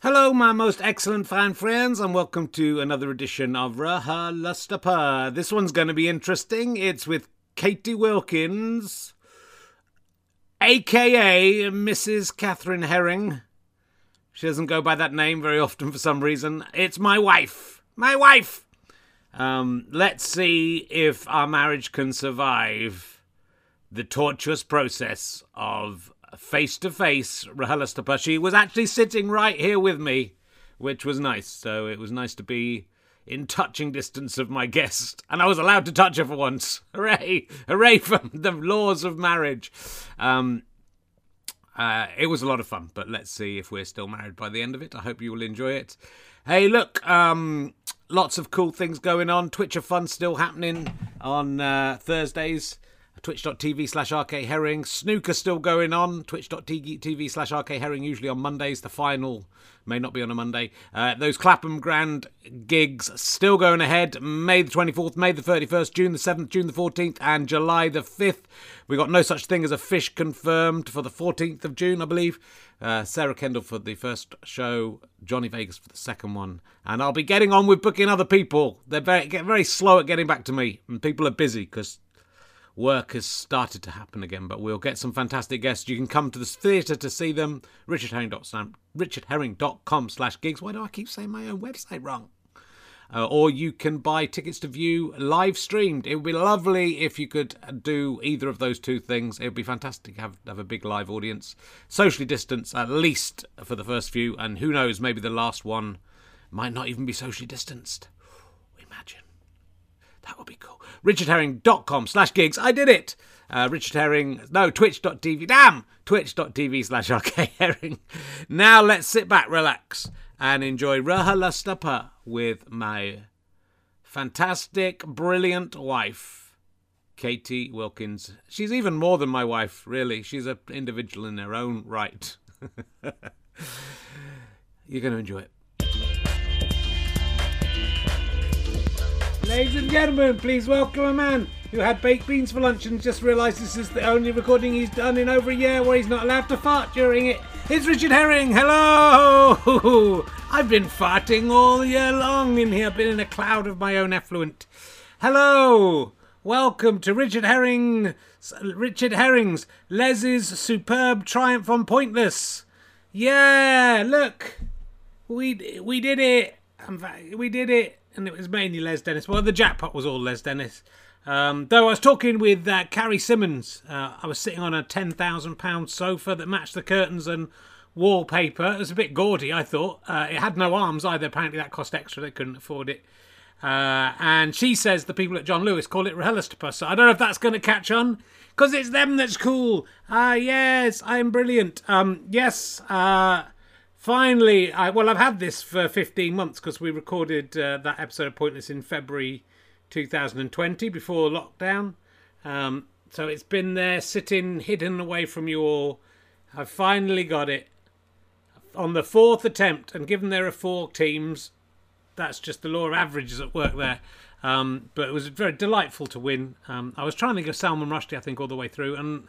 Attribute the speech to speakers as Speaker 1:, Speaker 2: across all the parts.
Speaker 1: Hello, my most excellent fine friends, and welcome to another edition of Raha Lustapa. This one's going to be interesting. It's with Katie Wilkins, aka Mrs. Catherine Herring. She doesn't go by that name very often for some reason. It's my wife. My wife! Um, let's see if our marriage can survive the tortuous process of face to face Rahalastapa. She was actually sitting right here with me, which was nice. So it was nice to be in touching distance of my guest. And I was allowed to touch her for once. Hooray! Hooray for the laws of marriage. Um, uh, it was a lot of fun, but let's see if we're still married by the end of it. I hope you will enjoy it. Hey, look, um, lots of cool things going on. Twitch of fun still happening on uh, Thursdays. Twitch.tv slash RK Herring. Snooker still going on. Twitch.tv slash RK Herring, usually on Mondays. The final may not be on a Monday. Uh, those Clapham Grand gigs still going ahead. May the 24th, May the 31st, June the 7th, June the 14th, and July the 5th. We got no such thing as a fish confirmed for the 14th of June, I believe. Uh, Sarah Kendall for the first show, Johnny Vegas for the second one. And I'll be getting on with booking other people. They're very, get very slow at getting back to me, and people are busy because work has started to happen again, but we'll get some fantastic guests. You can come to the theatre to see them. RichardHerring.com richardherring.com slash gigs. Why do I keep saying my own website wrong? Uh, or you can buy tickets to view live streamed. It would be lovely if you could do either of those two things. It would be fantastic to have, have a big live audience. Socially distance, at least for the first few, and who knows, maybe the last one might not even be socially distanced. Imagine. That would be cool. RichardHerring.com slash gigs. I did it. Uh, Richard Herring. No, twitch.tv. Damn! Twitch.tv slash RK Herring. Now let's sit back, relax, and enjoy Raha Lustapa with my fantastic, brilliant wife, Katie Wilkins. She's even more than my wife, really. She's an individual in her own right. You're going to enjoy it. Ladies and gentlemen, please welcome a man who had baked beans for lunch and just realised this is the only recording he's done in over a year where he's not allowed to fart during it. It's Richard Herring. Hello. I've been farting all year long in here. I've been in a cloud of my own effluent. Hello. Welcome to Richard Herring. Richard Herring's Les's superb triumph on Pointless. Yeah, look, we we did it. I'm va- We did it and it was mainly Les Dennis. Well, the jackpot was all Les Dennis. Um, though I was talking with uh, Carrie Simmons, uh, I was sitting on a ten thousand pound sofa that matched the curtains and wallpaper. It was a bit gaudy, I thought. Uh, it had no arms either. Apparently, that cost extra. They couldn't afford it. Uh, and she says the people at John Lewis call it Rahelistopus. So I don't know if that's going to catch on because it's them that's cool. Ah, yes, I'm brilliant. Um, yes. Uh, finally, I, well, I've had this for 15 months because we recorded uh, that episode of Pointless in February 2020 before lockdown. Um, so it's been there sitting hidden away from you all. I've finally got it on the fourth attempt, and given there are four teams, that's just the law of averages at work there. Um, but it was very delightful to win. Um, I was trying to think of Salman Rushdie, I think, all the way through, and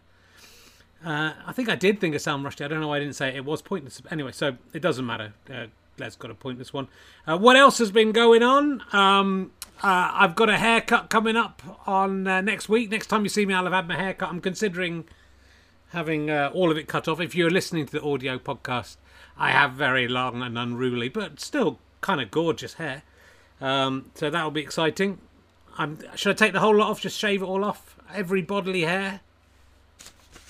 Speaker 1: uh, I think I did think of Salman Rushdie. I don't know why I didn't say it. It was pointless. Anyway, so it doesn't matter. Uh, Glad's got a pointless one. Uh, what else has been going on? Um, uh, I've got a haircut coming up on uh, next week. Next time you see me, I'll have had my haircut. I'm considering having uh, all of it cut off. If you're listening to the audio podcast, I have very long and unruly, but still kind of gorgeous hair. Um, so that'll be exciting. I'm, should I take the whole lot off? Just shave it all off? Every bodily hair?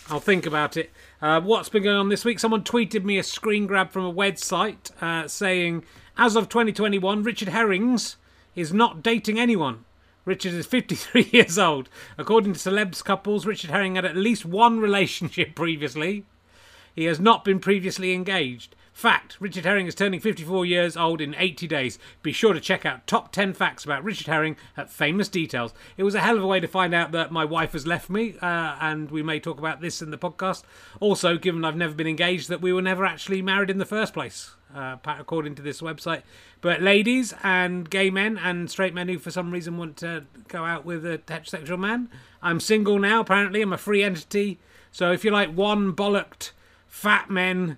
Speaker 1: I'll think about it. Uh, what's been going on this week? Someone tweeted me a screen grab from a website uh, saying, as of 2021, Richard Herrings is not dating anyone. Richard is 53 years old. According to celebs couples, Richard Herring had at least one relationship previously. He has not been previously engaged. Fact Richard Herring is turning 54 years old in 80 days. Be sure to check out top 10 facts about Richard Herring at Famous Details. It was a hell of a way to find out that my wife has left me, uh, and we may talk about this in the podcast. Also, given I've never been engaged, that we were never actually married in the first place, uh, pa- according to this website. But ladies and gay men and straight men who, for some reason, want to go out with a heterosexual man, I'm single now, apparently. I'm a free entity. So if you like one bollocked fat men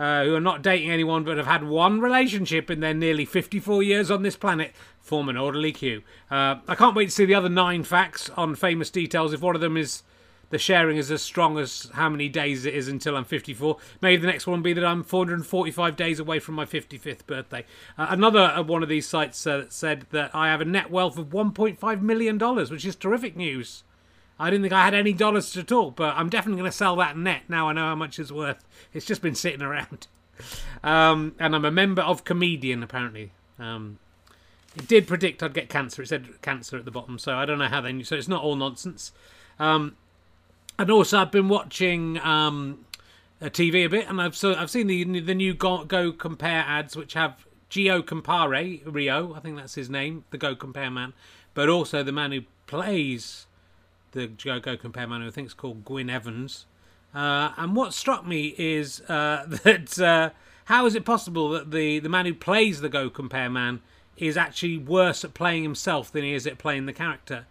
Speaker 1: uh, who are not dating anyone but have had one relationship in their nearly 54 years on this planet form an orderly queue. Uh, I can't wait to see the other nine facts on famous details. If one of them is the sharing is as strong as how many days it is until I'm 54. Maybe the next one will be that I'm 445 days away from my 55th birthday. Uh, another uh, one of these sites uh, said that I have a net wealth of 1.5 million dollars, which is terrific news. I didn't think I had any dollars at all, but I'm definitely going to sell that net now I know how much it's worth. It's just been sitting around. Um, and I'm a member of Comedian, apparently. Um, it did predict I'd get cancer. It said cancer at the bottom, so I don't know how they knew. So it's not all nonsense. Um, and also, I've been watching um, uh, TV a bit, and I've so I've seen the the new Go, Go Compare ads, which have Gio Compare Rio, I think that's his name, the Go Compare man, but also the man who plays the Go Go Compare man, who I think is called Gwyn Evans. Uh, and what struck me is uh, that uh, how is it possible that the the man who plays the Go Compare man is actually worse at playing himself than he is at playing the character?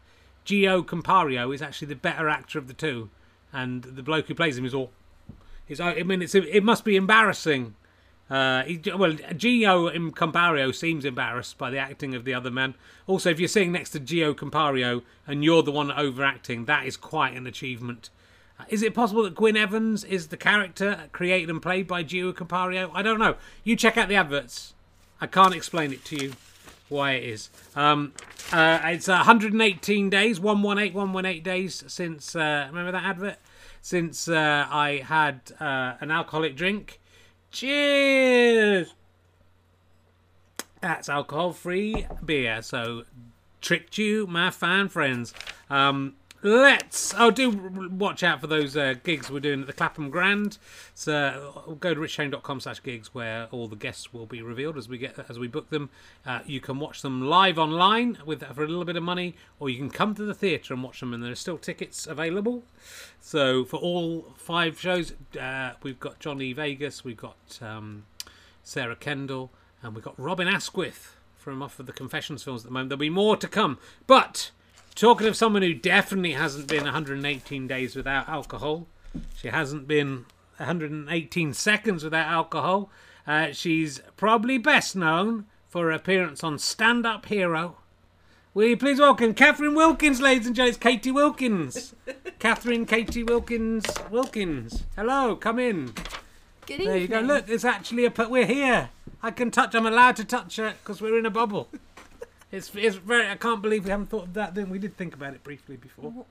Speaker 1: Gio Compario is actually the better actor of the two, and the bloke who plays him is all. Is I mean, it's it must be embarrassing. Uh, he, well, Gio Compario seems embarrassed by the acting of the other man. Also, if you're sitting next to Gio Compario and you're the one overacting, that is quite an achievement. Uh, Is it possible that Gwyn Evans is the character created and played by Gio Compario? I don't know. You check out the adverts. I can't explain it to you why it is. Um, uh, it's 118 days, 118, 118 days since, uh, remember that advert? Since uh, I had uh, an alcoholic drink. Cheers! That's alcohol free beer. So, tricked you, my fine friends. Um, let's. Oh, do watch out for those uh, gigs we're doing at the Clapham Grand. So, go to richchain.com slash gigs where all the guests will be revealed as we get as we book them. Uh, you can watch them live online with for a little bit of money, or you can come to the theatre and watch them, and there are still tickets available. So, for all five shows, uh, we've got Johnny Vegas, we've got. Um, Sarah Kendall, and we've got Robin Asquith from off of the Confessions films at the moment. There'll be more to come. But talking of someone who definitely hasn't been 118 days without alcohol, she hasn't been 118 seconds without alcohol. Uh, she's probably best known for her appearance on Stand Up Hero. Will you please welcome Catherine Wilkins, ladies and gents? Katie Wilkins. Catherine Katie Wilkins Wilkins. Hello, come in.
Speaker 2: Good evening.
Speaker 1: There you go. Look, it's actually a. pu- We're here. I can touch. I'm allowed to touch her because we're in a bubble. It's it's very. I can't believe we haven't thought of that. Then we did think about it briefly before.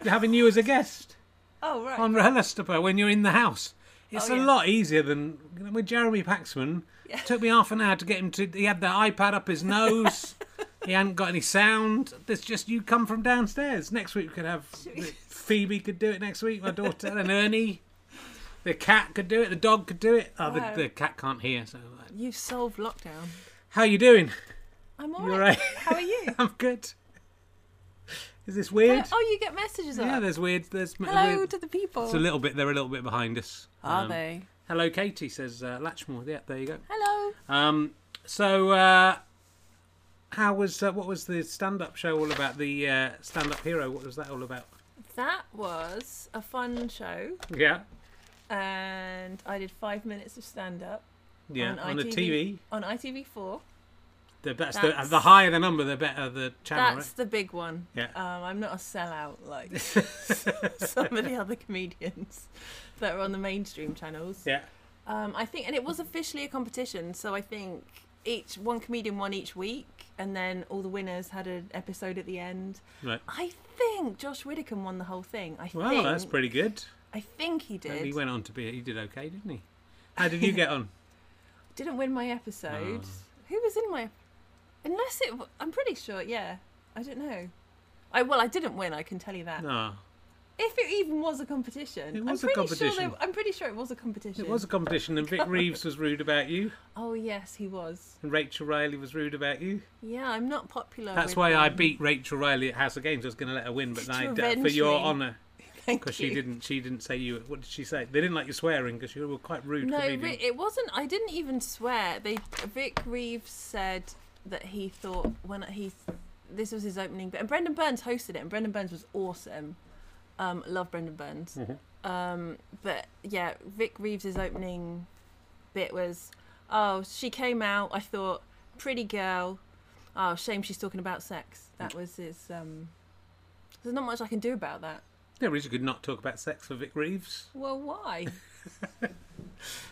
Speaker 1: Having you as a guest
Speaker 2: Oh right.
Speaker 1: on Rahulastapa when you're in the house, it's
Speaker 2: Oh,
Speaker 1: a
Speaker 2: yeah.
Speaker 1: lot easier than you know, with Jeremy Paxman.
Speaker 2: Yeah.
Speaker 1: Took me half an hour to get him to. He had the iPad up his nose. he hadn't got any sound. There's just you come from downstairs. Next week we could have Phoebe could do it next week. My daughter and Ernie. The cat could do it. The dog could do it. Oh,
Speaker 2: Wow.
Speaker 1: the, the cat can't hear. So, uh,
Speaker 2: You solved lockdown.
Speaker 1: how you doing?
Speaker 2: I'm
Speaker 1: You all
Speaker 2: alright.
Speaker 1: right?
Speaker 2: How are you?
Speaker 1: I'm good. Is this weird?
Speaker 2: Oh, you get messages.
Speaker 1: yeah,
Speaker 2: up.
Speaker 1: there's weird. There's m-
Speaker 2: Hello
Speaker 1: weird.
Speaker 2: to the people.
Speaker 1: It's a little bit. They're a little bit behind us.
Speaker 2: Are
Speaker 1: Um,
Speaker 2: they?
Speaker 1: Hello, Katie says uh, Latchmore. Yeah, there you go.
Speaker 2: Hello.
Speaker 1: Um, so, uh, how was uh, what was the stand-up show all about? The uh, stand-up hero. What was that all about?
Speaker 2: That was a fun show,
Speaker 1: Yeah,
Speaker 2: and I did five minutes of stand up
Speaker 1: yeah,
Speaker 2: On
Speaker 1: on, the
Speaker 2: ITV.
Speaker 1: TV.
Speaker 2: on ITV4.
Speaker 1: The best. The,
Speaker 2: That's-
Speaker 1: the higher the number, the better the channel.
Speaker 2: That's the big one.
Speaker 1: Yeah.
Speaker 2: Um, I'm not a sellout like
Speaker 1: right?
Speaker 2: some of the other comedians that are on the mainstream channels.
Speaker 1: yeah.
Speaker 2: Um, I think, and it was officially a competition, so I think each one comedian won each week, and then all the winners had an episode at the end.
Speaker 1: Right.
Speaker 2: I think Josh Widdicombe won the whole thing. I
Speaker 1: Well,
Speaker 2: think.
Speaker 1: that's pretty good.
Speaker 2: I think he did.
Speaker 1: And he went on to be. He did okay, didn't he? How did you get on?
Speaker 2: Didn't win my episode.
Speaker 1: Ah.
Speaker 2: Who was in my? Unless it, w- I'm pretty sure. Yeah, I don't know. I well, I didn't win. I can tell you that.
Speaker 1: No,
Speaker 2: If it even was a competition,
Speaker 1: It
Speaker 2: I'm
Speaker 1: was a
Speaker 2: pretty Sure
Speaker 1: competition.
Speaker 2: there- I'm pretty sure it was a competition.
Speaker 1: it was a competition, and Vic Reeves was rude about you,
Speaker 2: Oh yes, he was.
Speaker 1: and Rachel Riley was rude about you.
Speaker 2: Yeah, I'm not popular.
Speaker 1: That's
Speaker 2: with
Speaker 1: why I
Speaker 2: them.
Speaker 1: beat Rachel Riley at House of Games. I was going to let her win, but
Speaker 2: To
Speaker 1: I, uh,
Speaker 2: revenge
Speaker 1: for your
Speaker 2: me.
Speaker 1: honour,
Speaker 2: Thank
Speaker 1: because she
Speaker 2: you.
Speaker 1: didn't. She didn't say you. What did she say? They didn't like you swearing because you were quite rude.
Speaker 2: No,
Speaker 1: comedian.
Speaker 2: Vic, it wasn't. I didn't even swear. They Vic Reeves said that he thought when he this was his opening, bit- and Brendan Burns hosted it, and Brendan Burns was awesome.
Speaker 1: Mm-hmm.
Speaker 2: Um, love Brendan Burns. Um, but yeah, Vic Reeves' opening bit was, oh, she came out. I thought, pretty girl. Oh, shame she's talking about sex. That was his. Um, there's not much I can do about that.
Speaker 1: Yeah, Richard could not talk about sex for Vic Reeves
Speaker 2: Well, why?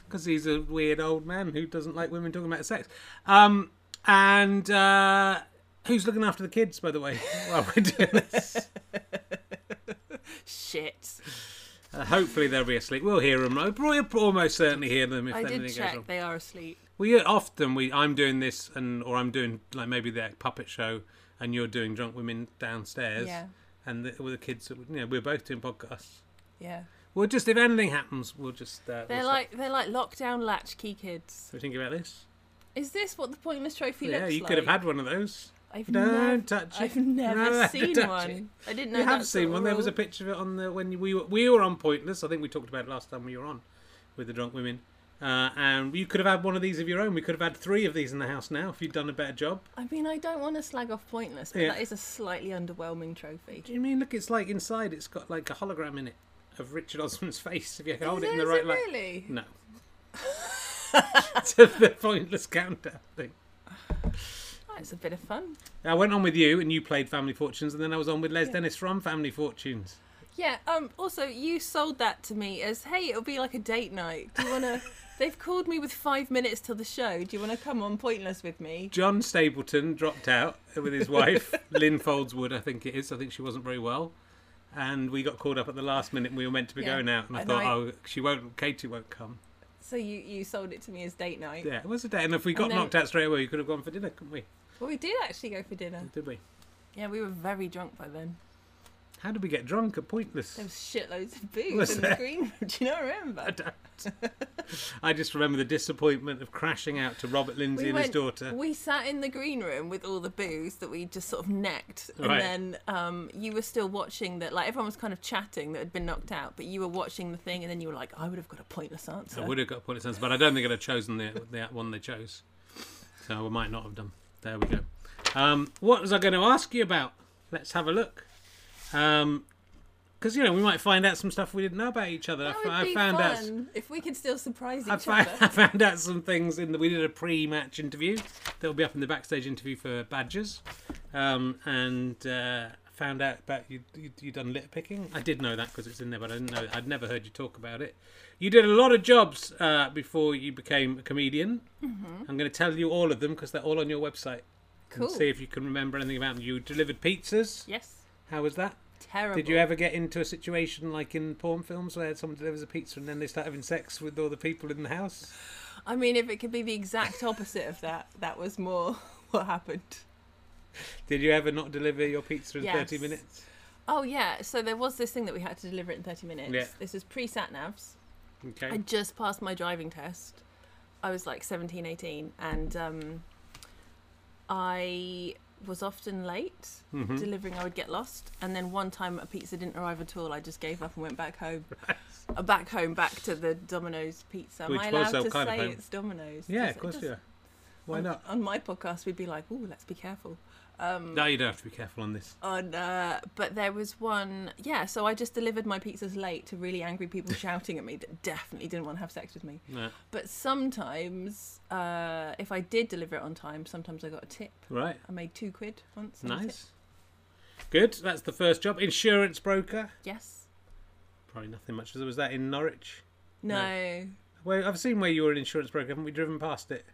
Speaker 1: because he's a weird old man who doesn't like women talking about sex. Um, and uh, who's looking after the kids, by the way, while we're doing this?
Speaker 2: Shit.
Speaker 1: Uh, hopefully they'll be asleep. We'll hear them. We'll almost certainly hear them if
Speaker 2: I
Speaker 1: anything
Speaker 2: did
Speaker 1: goes
Speaker 2: check.
Speaker 1: wrong.
Speaker 2: They are asleep.
Speaker 1: We often we I'm doing this and or I'm doing like maybe the puppet show and you're doing drunk women downstairs.
Speaker 2: Yeah.
Speaker 1: And the, with the kids, that we- you know, we're both doing podcasts.
Speaker 2: Yeah.
Speaker 1: We'll just if anything happens, we'll just uh,
Speaker 2: They're
Speaker 1: we'll
Speaker 2: like they're like lockdown latchkey kids.
Speaker 1: stop. What do you think about this?
Speaker 2: Is this what the pointless trophy
Speaker 1: yeah,
Speaker 2: looks like?
Speaker 1: you could have had one of those.
Speaker 2: I've
Speaker 1: Don't
Speaker 2: nev-
Speaker 1: touch it.
Speaker 2: I've never
Speaker 1: Don't
Speaker 2: seen
Speaker 1: touch
Speaker 2: one.
Speaker 1: it.
Speaker 2: I didn't know.
Speaker 1: You have
Speaker 2: that
Speaker 1: seen
Speaker 2: sort
Speaker 1: one.
Speaker 2: of
Speaker 1: There was a
Speaker 2: rule.
Speaker 1: picture of it on the when we were, we were on Pointless. I think we talked about it last time we were on with the drunk women. Uh, and you could have had one of these of your own. We could have had three of these in the house now if you'd done a better job.
Speaker 2: I mean, I don't want to slag off pointless, but
Speaker 1: Yeah.
Speaker 2: that is a slightly underwhelming trophy.
Speaker 1: Do you mean look? It's like inside. It's got like a hologram in it of Richard Osman's face. If you hold
Speaker 2: is
Speaker 1: it in the
Speaker 2: is
Speaker 1: right Mm.
Speaker 2: it
Speaker 1: light.
Speaker 2: really?
Speaker 1: No. to the pointless countdown thing.
Speaker 2: That's a bit of fun.
Speaker 1: I went on with you, and you played Family Fortunes, and then I was on with Les
Speaker 2: Yeah.
Speaker 1: Dennis from Family Fortunes.
Speaker 2: Yeah. Um. Also, you sold that to me as, "Hey, it'll be like a date night. Do you want to?" They've called me with five minutes till the show. Do you want to come on Pointless with me?
Speaker 1: John Stapleton dropped out with his wife, Lynn Foldswood, I think it is. I think she wasn't very well. And we got called up at the last minute and we were meant to be
Speaker 2: Yeah.
Speaker 1: going out. And I
Speaker 2: And
Speaker 1: thought,
Speaker 2: I-
Speaker 1: oh, she won't, Katie won't come.
Speaker 2: So you you sold it to me as date night.
Speaker 1: Yeah, it was a day. And if we got
Speaker 2: then-
Speaker 1: knocked out straight away, we could have gone for dinner, couldn't we?
Speaker 2: Well, we did actually go for dinner.
Speaker 1: Did we?
Speaker 2: Yeah, we were very drunk by then.
Speaker 1: How did we get drunk at Pointless?
Speaker 2: There was shitloads of booze
Speaker 1: Was
Speaker 2: in
Speaker 1: there?
Speaker 2: the green room. Do you not remember?
Speaker 1: I don't. I just remember the disappointment of crashing out to Robert Lindsay and his daughter.
Speaker 2: We sat in the green room with all the booze that we just sort of necked, and
Speaker 1: Right.
Speaker 2: then um, you were still watching that. Like everyone was kind of chatting that had been knocked out, but you were watching the thing, and then you were like, "I would have got a pointless answer."
Speaker 1: I would have got Pointless Answers, but I don't think I'd have chosen the, the one they chose. So I might not have done. There we go. Um, what was I going to ask you about? Let's have a look. Because, you know, we might find out some stuff we didn't know about each other.
Speaker 2: That
Speaker 1: I
Speaker 2: would
Speaker 1: f- I
Speaker 2: be
Speaker 1: found out.
Speaker 2: fun if we could still surprise each
Speaker 1: I found,
Speaker 2: other.
Speaker 1: I found out some things in the. We did a pre-match interview that'll be up in the backstage interview for Badgers, um, and uh, found out about you. You you done litter picking. I did know that because it's in there, but I didn't know. I'd never heard you talk about it. You did a lot of jobs uh, before you became a comedian. I'm going to tell you all of them because they're all on your website.
Speaker 2: Mm-hmm. Cool.
Speaker 1: And see if you can remember anything about them. You delivered pizzas.
Speaker 2: Yes,
Speaker 1: How was that?
Speaker 2: terrible.
Speaker 1: Did you ever get into a situation like in porn films where someone delivers a pizza and then they start having sex with all the people in the house?
Speaker 2: I mean, if it could be the exact opposite of that, that was more what happened.
Speaker 1: Did you ever not deliver your pizza in
Speaker 2: Yes.
Speaker 1: 30 minutes?
Speaker 2: Oh yeah, so there was this thing that we had to deliver it in thirty minutes.
Speaker 1: Yeah.
Speaker 2: This was pre sat navs.
Speaker 1: Okay.
Speaker 2: I just passed my driving test. I was like 17, 18, and um, I was often late
Speaker 1: Mm-hmm. Hmm?
Speaker 2: delivering. I would get lost, and then one time a pizza didn't arrive at all. I just gave up and went back home. Uh, back home, back to the Domino's pizza. Am
Speaker 1: Which
Speaker 2: I
Speaker 1: was
Speaker 2: allowed
Speaker 1: our
Speaker 2: to
Speaker 1: kind of
Speaker 2: say
Speaker 1: home.
Speaker 2: it's Domino's?
Speaker 1: yeah,
Speaker 2: Does-
Speaker 1: of course
Speaker 2: does-
Speaker 1: you are. Why
Speaker 2: on-
Speaker 1: not?
Speaker 2: On my podcast, we'd be like, "Ooh, let's be careful." Um,
Speaker 1: No, you don't have to be careful on this.
Speaker 2: on uh, but there was one yeah so i just delivered my pizzas late to really angry people shouting at me that definitely didn't want to have sex with me
Speaker 1: No.
Speaker 2: but sometimes uh, if i did deliver it on time sometimes i got a tip
Speaker 1: Right.
Speaker 2: i made two quid once on a tip.
Speaker 1: Nice. Good. That's the first job. Insurance broker.
Speaker 2: yes
Speaker 1: Probably nothing much. Was that in Norwich?
Speaker 2: no,
Speaker 1: Well, I've seen where you were an insurance broker. Haven't we driven past it?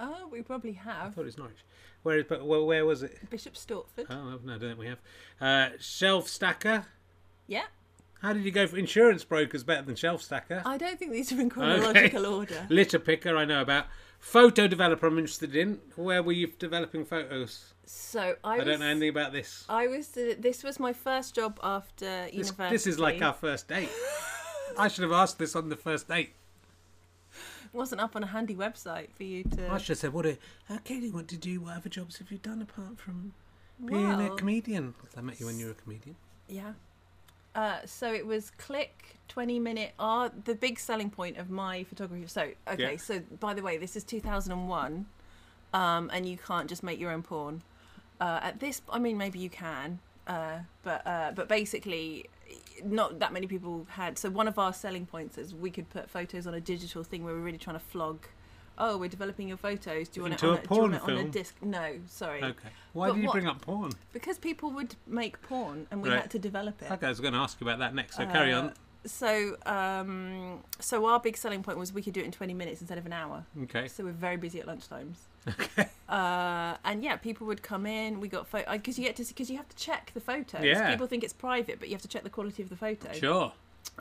Speaker 2: oh we probably
Speaker 1: I
Speaker 2: have
Speaker 1: thought it was Norwich. Where is? But where, where was it?
Speaker 2: bishop stortford
Speaker 1: Oh no, I don't think we have. Uh, shelf stacker.
Speaker 2: yeah
Speaker 1: How did you go for insurance brokers better than shelf stacker?
Speaker 2: i don't think these are in chronological order
Speaker 1: Litter picker, I know about. Photo developer, I'm interested in. Where were you developing photos?
Speaker 2: so i,
Speaker 1: I
Speaker 2: was,
Speaker 1: don't know anything about this.
Speaker 2: i was this was my first job after
Speaker 1: This,
Speaker 2: university
Speaker 1: this is like our first date. I should have asked this on the first date.
Speaker 2: wasn't up on a handy website for you to
Speaker 1: I should have said, "What, a, uh, Katie? What did you? What other jobs have you done apart from being a
Speaker 2: Well-
Speaker 1: comedian?" 'Cause I met you when you were a comedian.
Speaker 2: Yeah. Uh, so it was click 20 minute art the big selling point of my photography so okay
Speaker 1: Yeah.
Speaker 2: so by the way this is 2001 um, and you can't just make your own porn uh, at this i mean maybe you can uh, but uh, but basically not that many people had. So one of our selling points is we could put photos on a digital thing where we're really trying to flog. Oh, we're developing your photos. Do you want
Speaker 1: Into a
Speaker 2: it on a, do you want
Speaker 1: porn
Speaker 2: it on a
Speaker 1: film?
Speaker 2: disc? No, sorry.
Speaker 1: Okay. Why
Speaker 2: But
Speaker 1: did you
Speaker 2: what-
Speaker 1: bring up porn?
Speaker 2: Because people would make porn and we
Speaker 1: Right.
Speaker 2: had to develop it.
Speaker 1: Okay, I was going to ask you about that next. So carry
Speaker 2: Uh,
Speaker 1: on.
Speaker 2: So, um, so our big selling point was we could do it in 20 minutes instead of an hour.
Speaker 1: Okay.
Speaker 2: So we're very busy at lunchtimes. Okay. Uh, and yeah, people would come in. We got photo because you get to because you have to check the photos.
Speaker 1: Yeah.
Speaker 2: People think it's private, but you have to check the quality of the photo.
Speaker 1: Sure.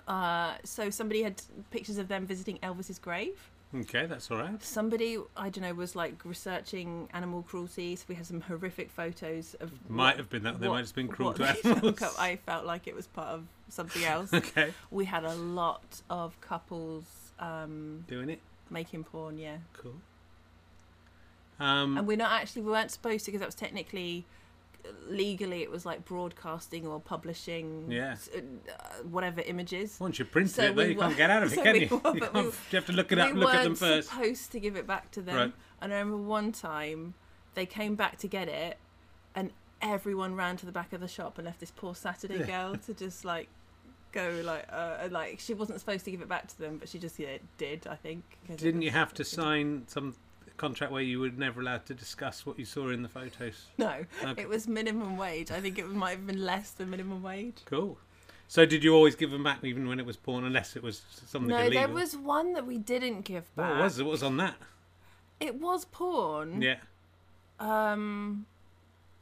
Speaker 2: Uh, so somebody had pictures of them visiting Elvis's grave.
Speaker 1: Okay, that's all right.
Speaker 2: Somebody I don't know was like researching animal cruelty. So we had some horrific photos of
Speaker 1: Might
Speaker 2: what-
Speaker 1: have been that. They
Speaker 2: what-
Speaker 1: might have been cruel
Speaker 2: what
Speaker 1: to
Speaker 2: they
Speaker 1: animals.
Speaker 2: took up. I felt like it was part of something else.
Speaker 1: okay.
Speaker 2: we had a lot of couples um,
Speaker 1: Doing it.
Speaker 2: making porn. Yeah.
Speaker 1: Cool. Um,
Speaker 2: and we're not actually we weren't supposed to because that was technically uh, legally it was like broadcasting or publishing
Speaker 1: Yeah.
Speaker 2: s- uh, whatever images
Speaker 1: once you print
Speaker 2: so
Speaker 1: it, though,
Speaker 2: we
Speaker 1: you can't
Speaker 2: were-
Speaker 1: get out of it,
Speaker 2: so
Speaker 1: can you?
Speaker 2: we were,
Speaker 1: you,
Speaker 2: but we
Speaker 1: can't-
Speaker 2: were-
Speaker 1: you have to look it up,
Speaker 2: we
Speaker 1: look at them
Speaker 2: weren't
Speaker 1: first.
Speaker 2: supposed to give it back to them
Speaker 1: Right.
Speaker 2: and i remember one time they came back to get it and everyone ran to the back of the shop and left this poor saturday girl to just like go like uh, and, like she wasn't supposed to give it back to them but she just yeah, did i think 'cause it
Speaker 1: Didn't
Speaker 2: was-
Speaker 1: you have to sign some contract where you were never allowed to discuss what you saw in the photos?
Speaker 2: no
Speaker 1: Okay.
Speaker 2: it was minimum wage i think it might have been less than minimum wage
Speaker 1: Cool. So did you always give them back even when it was porn, unless it was something
Speaker 2: No,
Speaker 1: illegal?
Speaker 2: there was one that we didn't give back.
Speaker 1: What was it? What was on that?
Speaker 2: It was porn.
Speaker 1: Yeah.
Speaker 2: Um,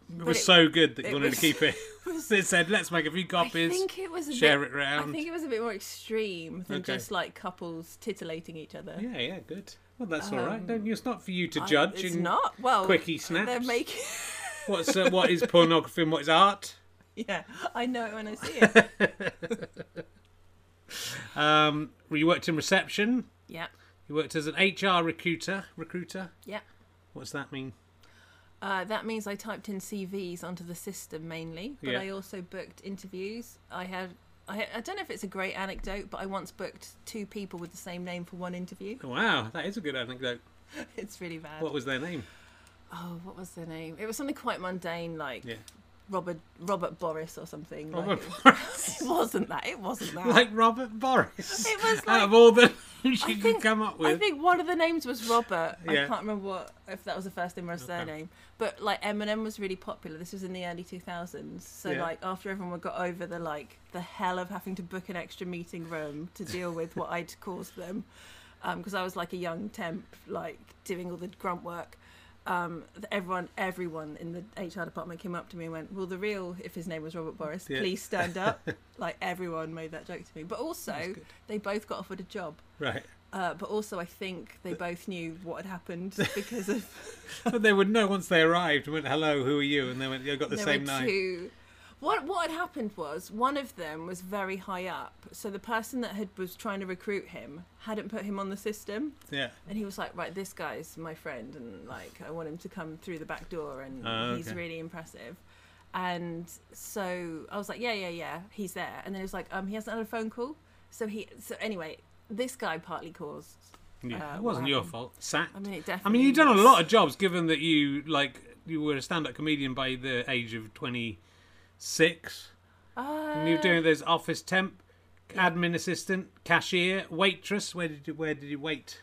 Speaker 1: It
Speaker 2: Mm-hmm. But
Speaker 1: was
Speaker 2: it-
Speaker 1: so good that you
Speaker 2: it
Speaker 1: wanted
Speaker 2: was-
Speaker 1: to keep it.
Speaker 2: was-
Speaker 1: They said, let's make a few
Speaker 2: I
Speaker 1: copies,
Speaker 2: think it was a
Speaker 1: share
Speaker 2: bit.
Speaker 1: it round.
Speaker 2: I think it was a bit more extreme than
Speaker 1: Okay.
Speaker 2: just like couples titillating each other.
Speaker 1: Yeah, yeah, good. Well, that's all right.
Speaker 2: Um,
Speaker 1: Don't you? It's not for you to
Speaker 2: I-
Speaker 1: judge.
Speaker 2: it's
Speaker 1: in
Speaker 2: not. Well,
Speaker 1: quickie
Speaker 2: They're
Speaker 1: snaps.
Speaker 2: making.
Speaker 1: What's uh, what is pornography and what is art?
Speaker 2: yeah, I know it when I see it.
Speaker 1: Um, you worked in reception.
Speaker 2: yeah,
Speaker 1: You worked as an HR recruiter. Recruiter.
Speaker 2: yeah.
Speaker 1: What's that mean?
Speaker 2: Uh, that means I typed in CVs onto the system mainly, but
Speaker 1: Yeah.
Speaker 2: I also booked interviews. I had. I, I don't know if it's a great anecdote, but I once booked two people with the same name for one interview.
Speaker 1: Wow, that is a good anecdote.
Speaker 2: It's really bad.
Speaker 1: What was their name?
Speaker 2: oh, what was their name? It was something quite mundane, like
Speaker 1: Yeah.
Speaker 2: Robert Robert Boris or something. like-
Speaker 1: Robert
Speaker 2: it wasn't that. It wasn't that.
Speaker 1: Like oh, Robert Boris.
Speaker 2: It was
Speaker 1: Out
Speaker 2: like-
Speaker 1: of all the names
Speaker 2: I
Speaker 1: you could
Speaker 2: think-
Speaker 1: come up
Speaker 2: I
Speaker 1: with.
Speaker 2: think one of the names was Robert.
Speaker 1: Yeah.
Speaker 2: I can't remember what if that was the first name or a surname. But like Eminem was really popular. This was in the early two thousands. So
Speaker 1: Yeah.
Speaker 2: like after everyone got over the like the hell of having to book an extra meeting room to deal with what I'd caused them, because I was like a young temp, like doing all the grunt work. Um, th- everyone, everyone in the HR department came up to me and went, "Will the real, if his name was Robert Boris,
Speaker 1: Yeah.
Speaker 2: please stand up." like everyone made that joke to me. But also,
Speaker 1: good.
Speaker 2: they both got offered a job.
Speaker 1: Right.
Speaker 2: Uh, but also, I think they both knew what had happened because of
Speaker 1: But they would know once they arrived and went, hello, who are you? And they went, you got the
Speaker 2: there
Speaker 1: same
Speaker 2: were
Speaker 1: name.
Speaker 2: two. What what had happened was one of them was very high up, so the person that had was trying to recruit him hadn't put him on the system,
Speaker 1: Yeah.
Speaker 2: and he was like, right, this guy's my friend, and like I want him to come through the back door, and
Speaker 1: Oh,
Speaker 2: he's
Speaker 1: okay.
Speaker 2: really impressive. And so I was like, yeah, yeah, yeah, he's there. And then he was like, um, he hasn't had a phone call, so he. So anyway, this guy partly caused.
Speaker 1: Yeah.
Speaker 2: Uh,
Speaker 1: it wasn't
Speaker 2: what
Speaker 1: your
Speaker 2: happened?
Speaker 1: fault. Sacked.
Speaker 2: I mean, it
Speaker 1: I
Speaker 2: definitely.
Speaker 1: mean, you've done a
Speaker 2: was-
Speaker 1: lot of jobs, given that you like you were a stand-up comedian by the age of twenty-six, and
Speaker 2: Uh,
Speaker 1: you're doing there's office temp, admin assistant, cashier, waitress. Where did you where did you wait?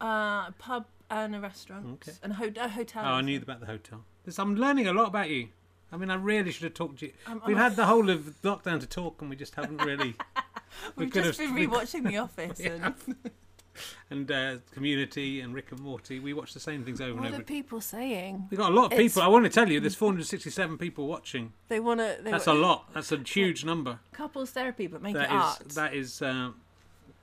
Speaker 2: Uh, a pub and a restaurant
Speaker 1: Okay.
Speaker 2: and a, ho- a hotel.
Speaker 1: Oh, I knew about the hotel. This, I'm learning a lot about you. I mean, I really should have talked to you.
Speaker 2: I'm-
Speaker 1: We've
Speaker 2: I'm-
Speaker 1: had the whole of lockdown to talk, and we just haven't really. we
Speaker 2: We've
Speaker 1: could
Speaker 2: just
Speaker 1: have-
Speaker 2: been
Speaker 1: we-
Speaker 2: rewatching The Office and
Speaker 1: and uh, Community and Rick and Morty. We watch the same things over and
Speaker 2: what
Speaker 1: over.
Speaker 2: are
Speaker 1: again.
Speaker 2: people saying?
Speaker 1: We've got a lot of
Speaker 2: It's-
Speaker 1: people. I want to tell you, there's 467 people watching.
Speaker 2: They want to. They
Speaker 1: That's a
Speaker 2: wa-
Speaker 1: lot. That's a huge number.
Speaker 2: couples therapy, but make
Speaker 1: That
Speaker 2: it art.
Speaker 1: is that is um,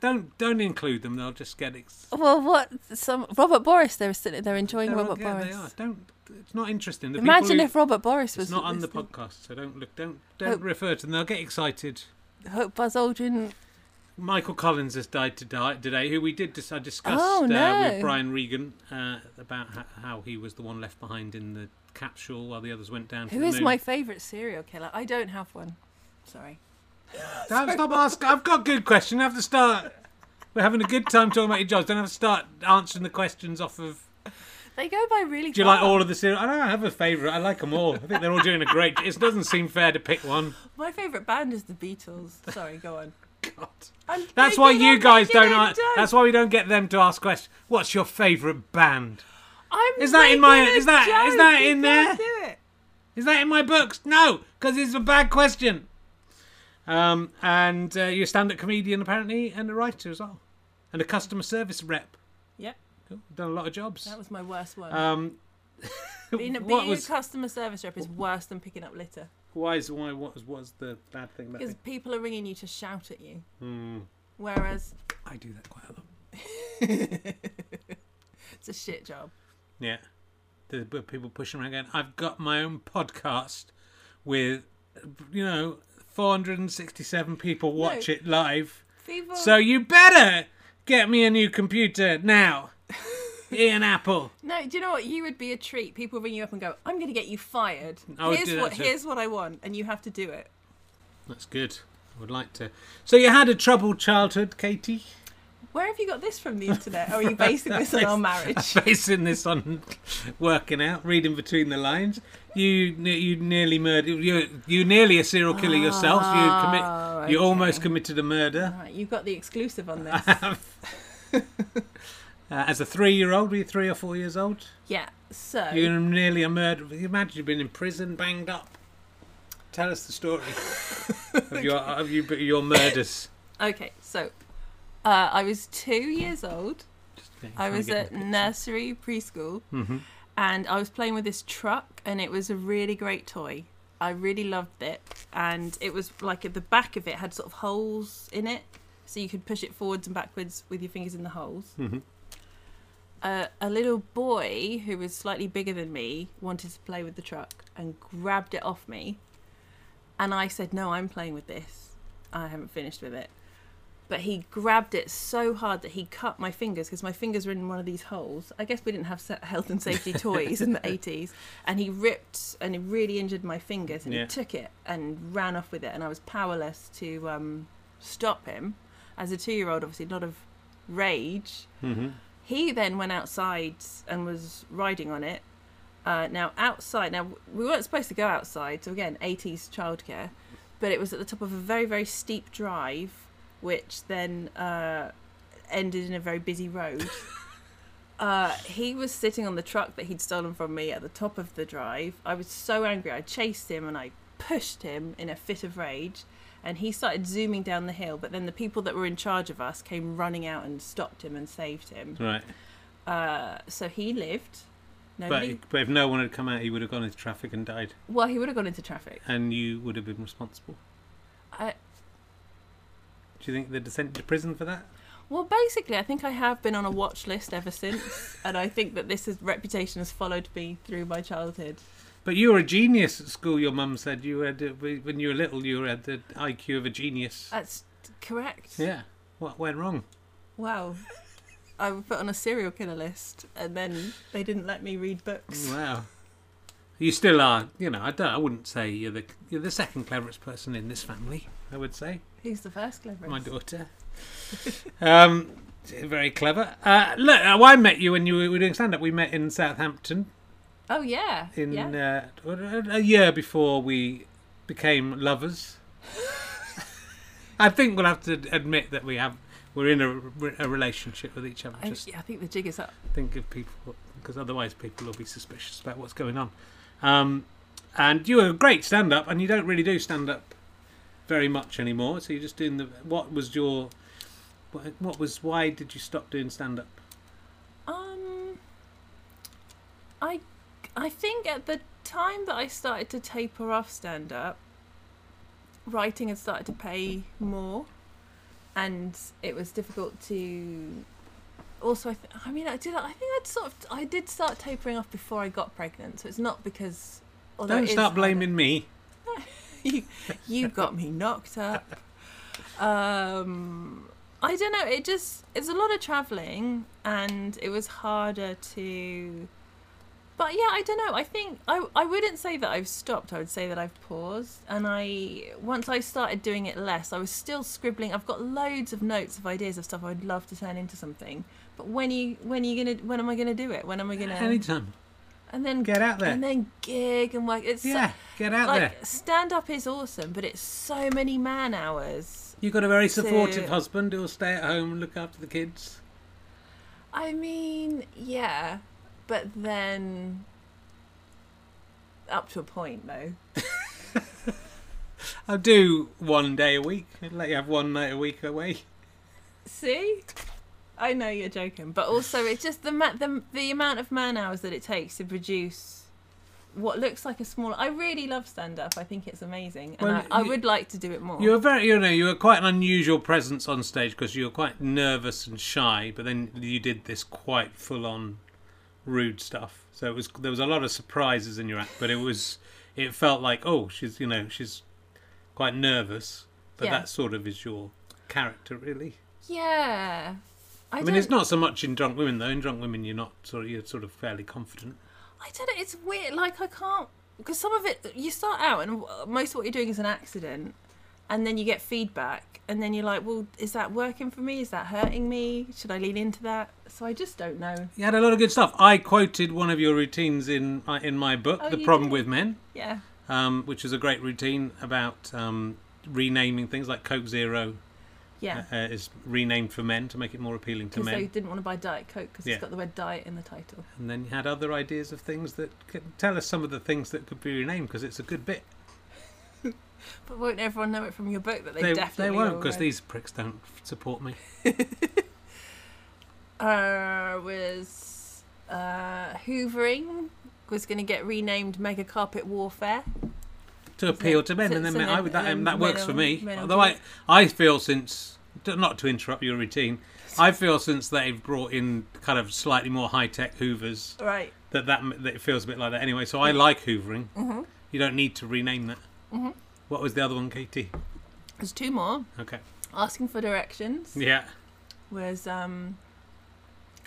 Speaker 1: don't don't include them. They'll just get ex-
Speaker 2: Well, what some Robert Boris? They're sitting. They're enjoying
Speaker 1: they're
Speaker 2: Robert
Speaker 1: on- yeah,
Speaker 2: Boris.
Speaker 1: They are. Don't. It's not interesting. The
Speaker 2: Imagine
Speaker 1: people who-
Speaker 2: if Robert Boris was
Speaker 1: it's not on the
Speaker 2: listening.
Speaker 1: podcast, so don't look. Don't don't
Speaker 2: Hope-
Speaker 1: refer to them. They'll get excited.
Speaker 2: Hope Buzz Aldrin.
Speaker 1: Michael Collins has died to die today. Who we did dis- I discussed
Speaker 2: Oh,
Speaker 1: uh,
Speaker 2: no.
Speaker 1: with Brian Regan uh, about ho- how he was the one left behind in the capsule while the others went down. to
Speaker 2: Who
Speaker 1: the
Speaker 2: is
Speaker 1: moon.
Speaker 2: my favourite serial killer? I don't have one. Sorry.
Speaker 1: Don't stop asking. I've got a good question. I have to start. We're having a good time talking about your jobs. Don't have to start answering the questions off of
Speaker 2: They go by really.
Speaker 1: Do you like
Speaker 2: fast.
Speaker 1: all of the series? I don't have a favourite. I like them all. I think they're all doing a great. It doesn't seem fair to pick one.
Speaker 2: My favourite band is the Beatles. Sorry, go on.
Speaker 1: God.
Speaker 2: I'm
Speaker 1: That's why
Speaker 2: making
Speaker 1: you
Speaker 2: up,
Speaker 1: guys
Speaker 2: making
Speaker 1: don't.
Speaker 2: up,
Speaker 1: a- That's why we don't get them to ask questions. What's your favourite band?
Speaker 2: I'm
Speaker 1: Is that in my-
Speaker 2: making a
Speaker 1: is that- is
Speaker 2: joke.
Speaker 1: that
Speaker 2: You
Speaker 1: in there?
Speaker 2: can't do it.
Speaker 1: Is that in my books? No, because it's a bad question. Um, and uh, you're a stand-up comedian apparently, and a writer as well, and a customer service rep.
Speaker 2: Yep,
Speaker 1: Cool. Done a lot of jobs.
Speaker 2: that was my worst one.
Speaker 1: Um,
Speaker 2: being a,
Speaker 1: what
Speaker 2: being
Speaker 1: was
Speaker 2: a customer service rep is worse than picking up litter
Speaker 1: why is why what was what's the bad thing about
Speaker 2: because
Speaker 1: it?
Speaker 2: people are ringing you to shout at you.
Speaker 1: Hmm.
Speaker 2: Whereas
Speaker 1: I do that quite a lot.
Speaker 2: it's a shit job.
Speaker 1: Yeah, the the people pushing around going, "I've got my own podcast with, you know, 467 people watch it live."
Speaker 2: People,
Speaker 1: So you better get me a new computer now. Ian Apple.
Speaker 2: no, do you know what? You would be a treat. People ring you up and go, "I'm going to get you fired.
Speaker 1: I would
Speaker 2: Here's
Speaker 1: do that
Speaker 2: what
Speaker 1: too.
Speaker 2: here's what I want," and you have to do it.
Speaker 1: That's good. I would like to. So you had a troubled childhood, Katie.
Speaker 2: Where have you got this from the internet? Or are you basing this on our marriage?
Speaker 1: Basing this on working out, reading between the lines. You ne- you nearly murdered. You you nearly a serial killer yourself. You commit.
Speaker 2: Ah,
Speaker 1: You almost committed a murder.
Speaker 2: Oh, Right, you've got the exclusive on this.
Speaker 1: uh, as a three-year-old, were you three or four years old?
Speaker 2: yeah. So
Speaker 1: You were nearly a murderer. You imagine you've been in prison, banged up. Tell us the story of your of you, your murders.
Speaker 2: okay, so uh, I was two years old. I was at nursery preschool, and I was playing with this truck, and it was a really great toy. I really loved it, and it was like at the back of it had sort of holes in it, so you could push it forwards and backwards with your fingers in the holes. Uh, a little boy who was slightly bigger than me wanted to play with the truck and grabbed it off me, and I said, "No, I'm playing with this. I haven't finished with it." but he grabbed it so hard that he cut my fingers because my fingers were in one of these holes. I guess we didn't have se- health and safety toys in the 80s. And he ripped and he really injured my fingers and
Speaker 1: Yeah.
Speaker 2: he took it and ran off with it. And I was powerless to um, stop him. As a two year old, obviously, not of rage.
Speaker 1: Mm-hmm,
Speaker 2: He then went outside and was riding on it. Uh, now, outside, now we weren't supposed to go outside, so again, 80s childcare, but it was at the top of a very, very steep drive, which then uh, ended in a very busy road. uh, he was sitting on the truck that he'd stolen from me at the top of the drive. I was so angry, I chased him and I pushed him in a fit of rage. And he started zooming down the hill, but then the people that were in charge of us came running out and stopped him and saved him.
Speaker 1: Right,
Speaker 2: Uh, so he lived. Nobody
Speaker 1: but, but if no one had come out, he would have gone into traffic and died,
Speaker 2: Well, he would have gone into traffic.
Speaker 1: and you would have been responsible.
Speaker 2: I,
Speaker 1: Do you think they'd have sent you to prison for that?
Speaker 2: well, basically, I think I have been on a watch list ever since, and I think that this is, reputation has followed me through my childhood.
Speaker 1: But you were a genius at school. Your mum said you had uh, when you were little, you had the IQ of a genius.
Speaker 2: That's correct.
Speaker 1: yeah, what went wrong?
Speaker 2: Wow. I was put on a serial killer list, and then they didn't let me read books.
Speaker 1: Wow. You still are, you know. I don't. I wouldn't say you're the you're the second cleverest person in this family. I would say
Speaker 2: Who's the first cleverest?
Speaker 1: my daughter. um, very clever. Uh, look, uh, well, I met you when you were doing stand up. We met in Southampton
Speaker 2: Oh yeah.
Speaker 1: in
Speaker 2: yeah.
Speaker 1: uh, a year before we became lovers. I think we'll have to admit that we have we're in a, a relationship with each other.
Speaker 2: I,
Speaker 1: Just
Speaker 2: yeah, I think the jig is up.
Speaker 1: think of people because otherwise people will be suspicious about what's going on. Um, and you were a great stand up, and you don't really do stand up very much anymore. So you're just doing the. What was your. What, what was. Why did you stop doing stand up?
Speaker 2: Um, I, I think at the time that I started to taper off stand up, writing had started to pay more, and it was difficult to. Also, I, th- I mean, I did. I think I'd sort of. I did start tapering off before I got pregnant, so it's not because. although it
Speaker 1: Don't
Speaker 2: is
Speaker 1: start
Speaker 2: harder.
Speaker 1: blaming me.
Speaker 2: you, you got me knocked up. Um, I don't know. It just it's a lot of traveling, and it was harder to. But yeah, I don't know. I think I I wouldn't say that I've stopped. I would say that I've paused, and I once I started doing it less, I was still scribbling. I've got loads of notes of ideas of stuff I'd love to turn into something, But when you when are you gonna when am I gonna do it? When am I gonna
Speaker 1: Anytime.
Speaker 2: and then
Speaker 1: Get out there.
Speaker 2: and then gig and work? It's so-
Speaker 1: Yeah, get out
Speaker 2: like
Speaker 1: there.
Speaker 2: stand up is awesome, but it's so many man hours.
Speaker 1: You've got a very supportive
Speaker 2: to-
Speaker 1: husband who'll stay at home and look after the kids.
Speaker 2: I mean, yeah, but then up to a point though.
Speaker 1: I'll do one day a week. I'll let you have one night a week away.
Speaker 2: See, I know you're joking, but also it's just the ma- the the amount of man hours that it takes to produce what looks like a small. I really love stand up. I think it's amazing, and
Speaker 1: Well,
Speaker 2: I, I
Speaker 1: you-
Speaker 2: would like to do it more.
Speaker 1: You were very, you know, you were quite an unusual presence on stage because you were quite nervous and shy, but then you did this quite full-on rude stuff. So it was there was a lot of surprises in your act, but it was it felt like oh she's you know she's quite nervous, but
Speaker 2: Yeah.
Speaker 1: that sort of is your character really.
Speaker 2: Yeah, I,
Speaker 1: I,
Speaker 2: don't.
Speaker 1: mean, it's not so much in drunk women though. In drunk women, you're not sort of, you're sort of fairly confident.
Speaker 2: I don't know. It's weird. Like I can't because some of it you start out and w- most of what you're doing is an accident, and then you get feedback, and then you're like, well, is that working for me? Is that hurting me? Should I lean into that? So I just don't know.
Speaker 1: You had a lot of good stuff. I quoted one of your routines in uh, in my book,
Speaker 2: Oh,
Speaker 1: The
Speaker 2: you
Speaker 1: Problem
Speaker 2: did?
Speaker 1: with Men.
Speaker 2: Yeah.
Speaker 1: um, which is a great routine about um, renaming things like Coke Zero
Speaker 2: Yeah.
Speaker 1: uh, is renamed for men to make it more appealing to
Speaker 2: Because they
Speaker 1: men.
Speaker 2: didn't want to buy Diet Coke because
Speaker 1: Yeah.
Speaker 2: it's got the word diet in the title.
Speaker 1: And then you had other ideas of things that can tell us some of the things that could be renamed because it's a good bit.
Speaker 2: But won't everyone know it from your book that they,
Speaker 1: they
Speaker 2: definitely
Speaker 1: won't because
Speaker 2: all read?
Speaker 1: these pricks don't support me.
Speaker 2: Uh, was uh, Hoovering was going to get renamed Mega Carpet Warfare.
Speaker 1: To appeal to men,
Speaker 2: so-
Speaker 1: and then
Speaker 2: so
Speaker 1: men,
Speaker 2: then-
Speaker 1: I would, that,
Speaker 2: then
Speaker 1: um, that works for
Speaker 2: men
Speaker 1: me.
Speaker 2: will- men will
Speaker 1: Although
Speaker 2: do
Speaker 1: I,
Speaker 2: it.
Speaker 1: I feel since not to interrupt your routine, I feel since they've brought in kind of slightly more high tech hoovers
Speaker 2: Right.
Speaker 1: that, that that it feels a bit like that anyway. So I like hoovering.
Speaker 2: Mm-hmm.
Speaker 1: You don't need to rename that. What was the other one, Katie?
Speaker 2: There's two more.
Speaker 1: Okay.
Speaker 2: Asking for directions
Speaker 1: Yeah.
Speaker 2: was um.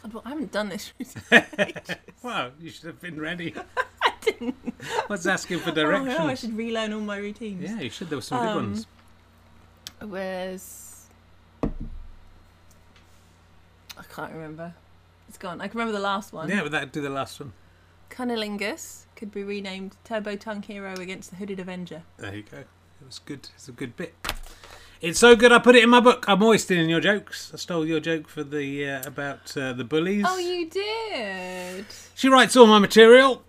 Speaker 2: God, well, I haven't done this. routine.
Speaker 1: Wow, you should have been ready.
Speaker 2: I didn't.
Speaker 1: What's asking for
Speaker 2: Oh no, I
Speaker 1: directions?
Speaker 2: should relearn all my routines.
Speaker 1: yeah, you should. There were some good
Speaker 2: Um,
Speaker 1: ones.
Speaker 2: was I can't remember. It's gone. I can remember the last one.
Speaker 1: Yeah, but that'd do the last one.
Speaker 2: Cunnilingus could be renamed Turbo Tongue Hero against the Hooded Avenger.
Speaker 1: There you go. It was good. It's a good bit. It's so good. I put it in my book. I'm always stealing your jokes. I stole your joke for the uh, about uh, the bullies.
Speaker 2: Oh, you did.
Speaker 1: She writes all my material.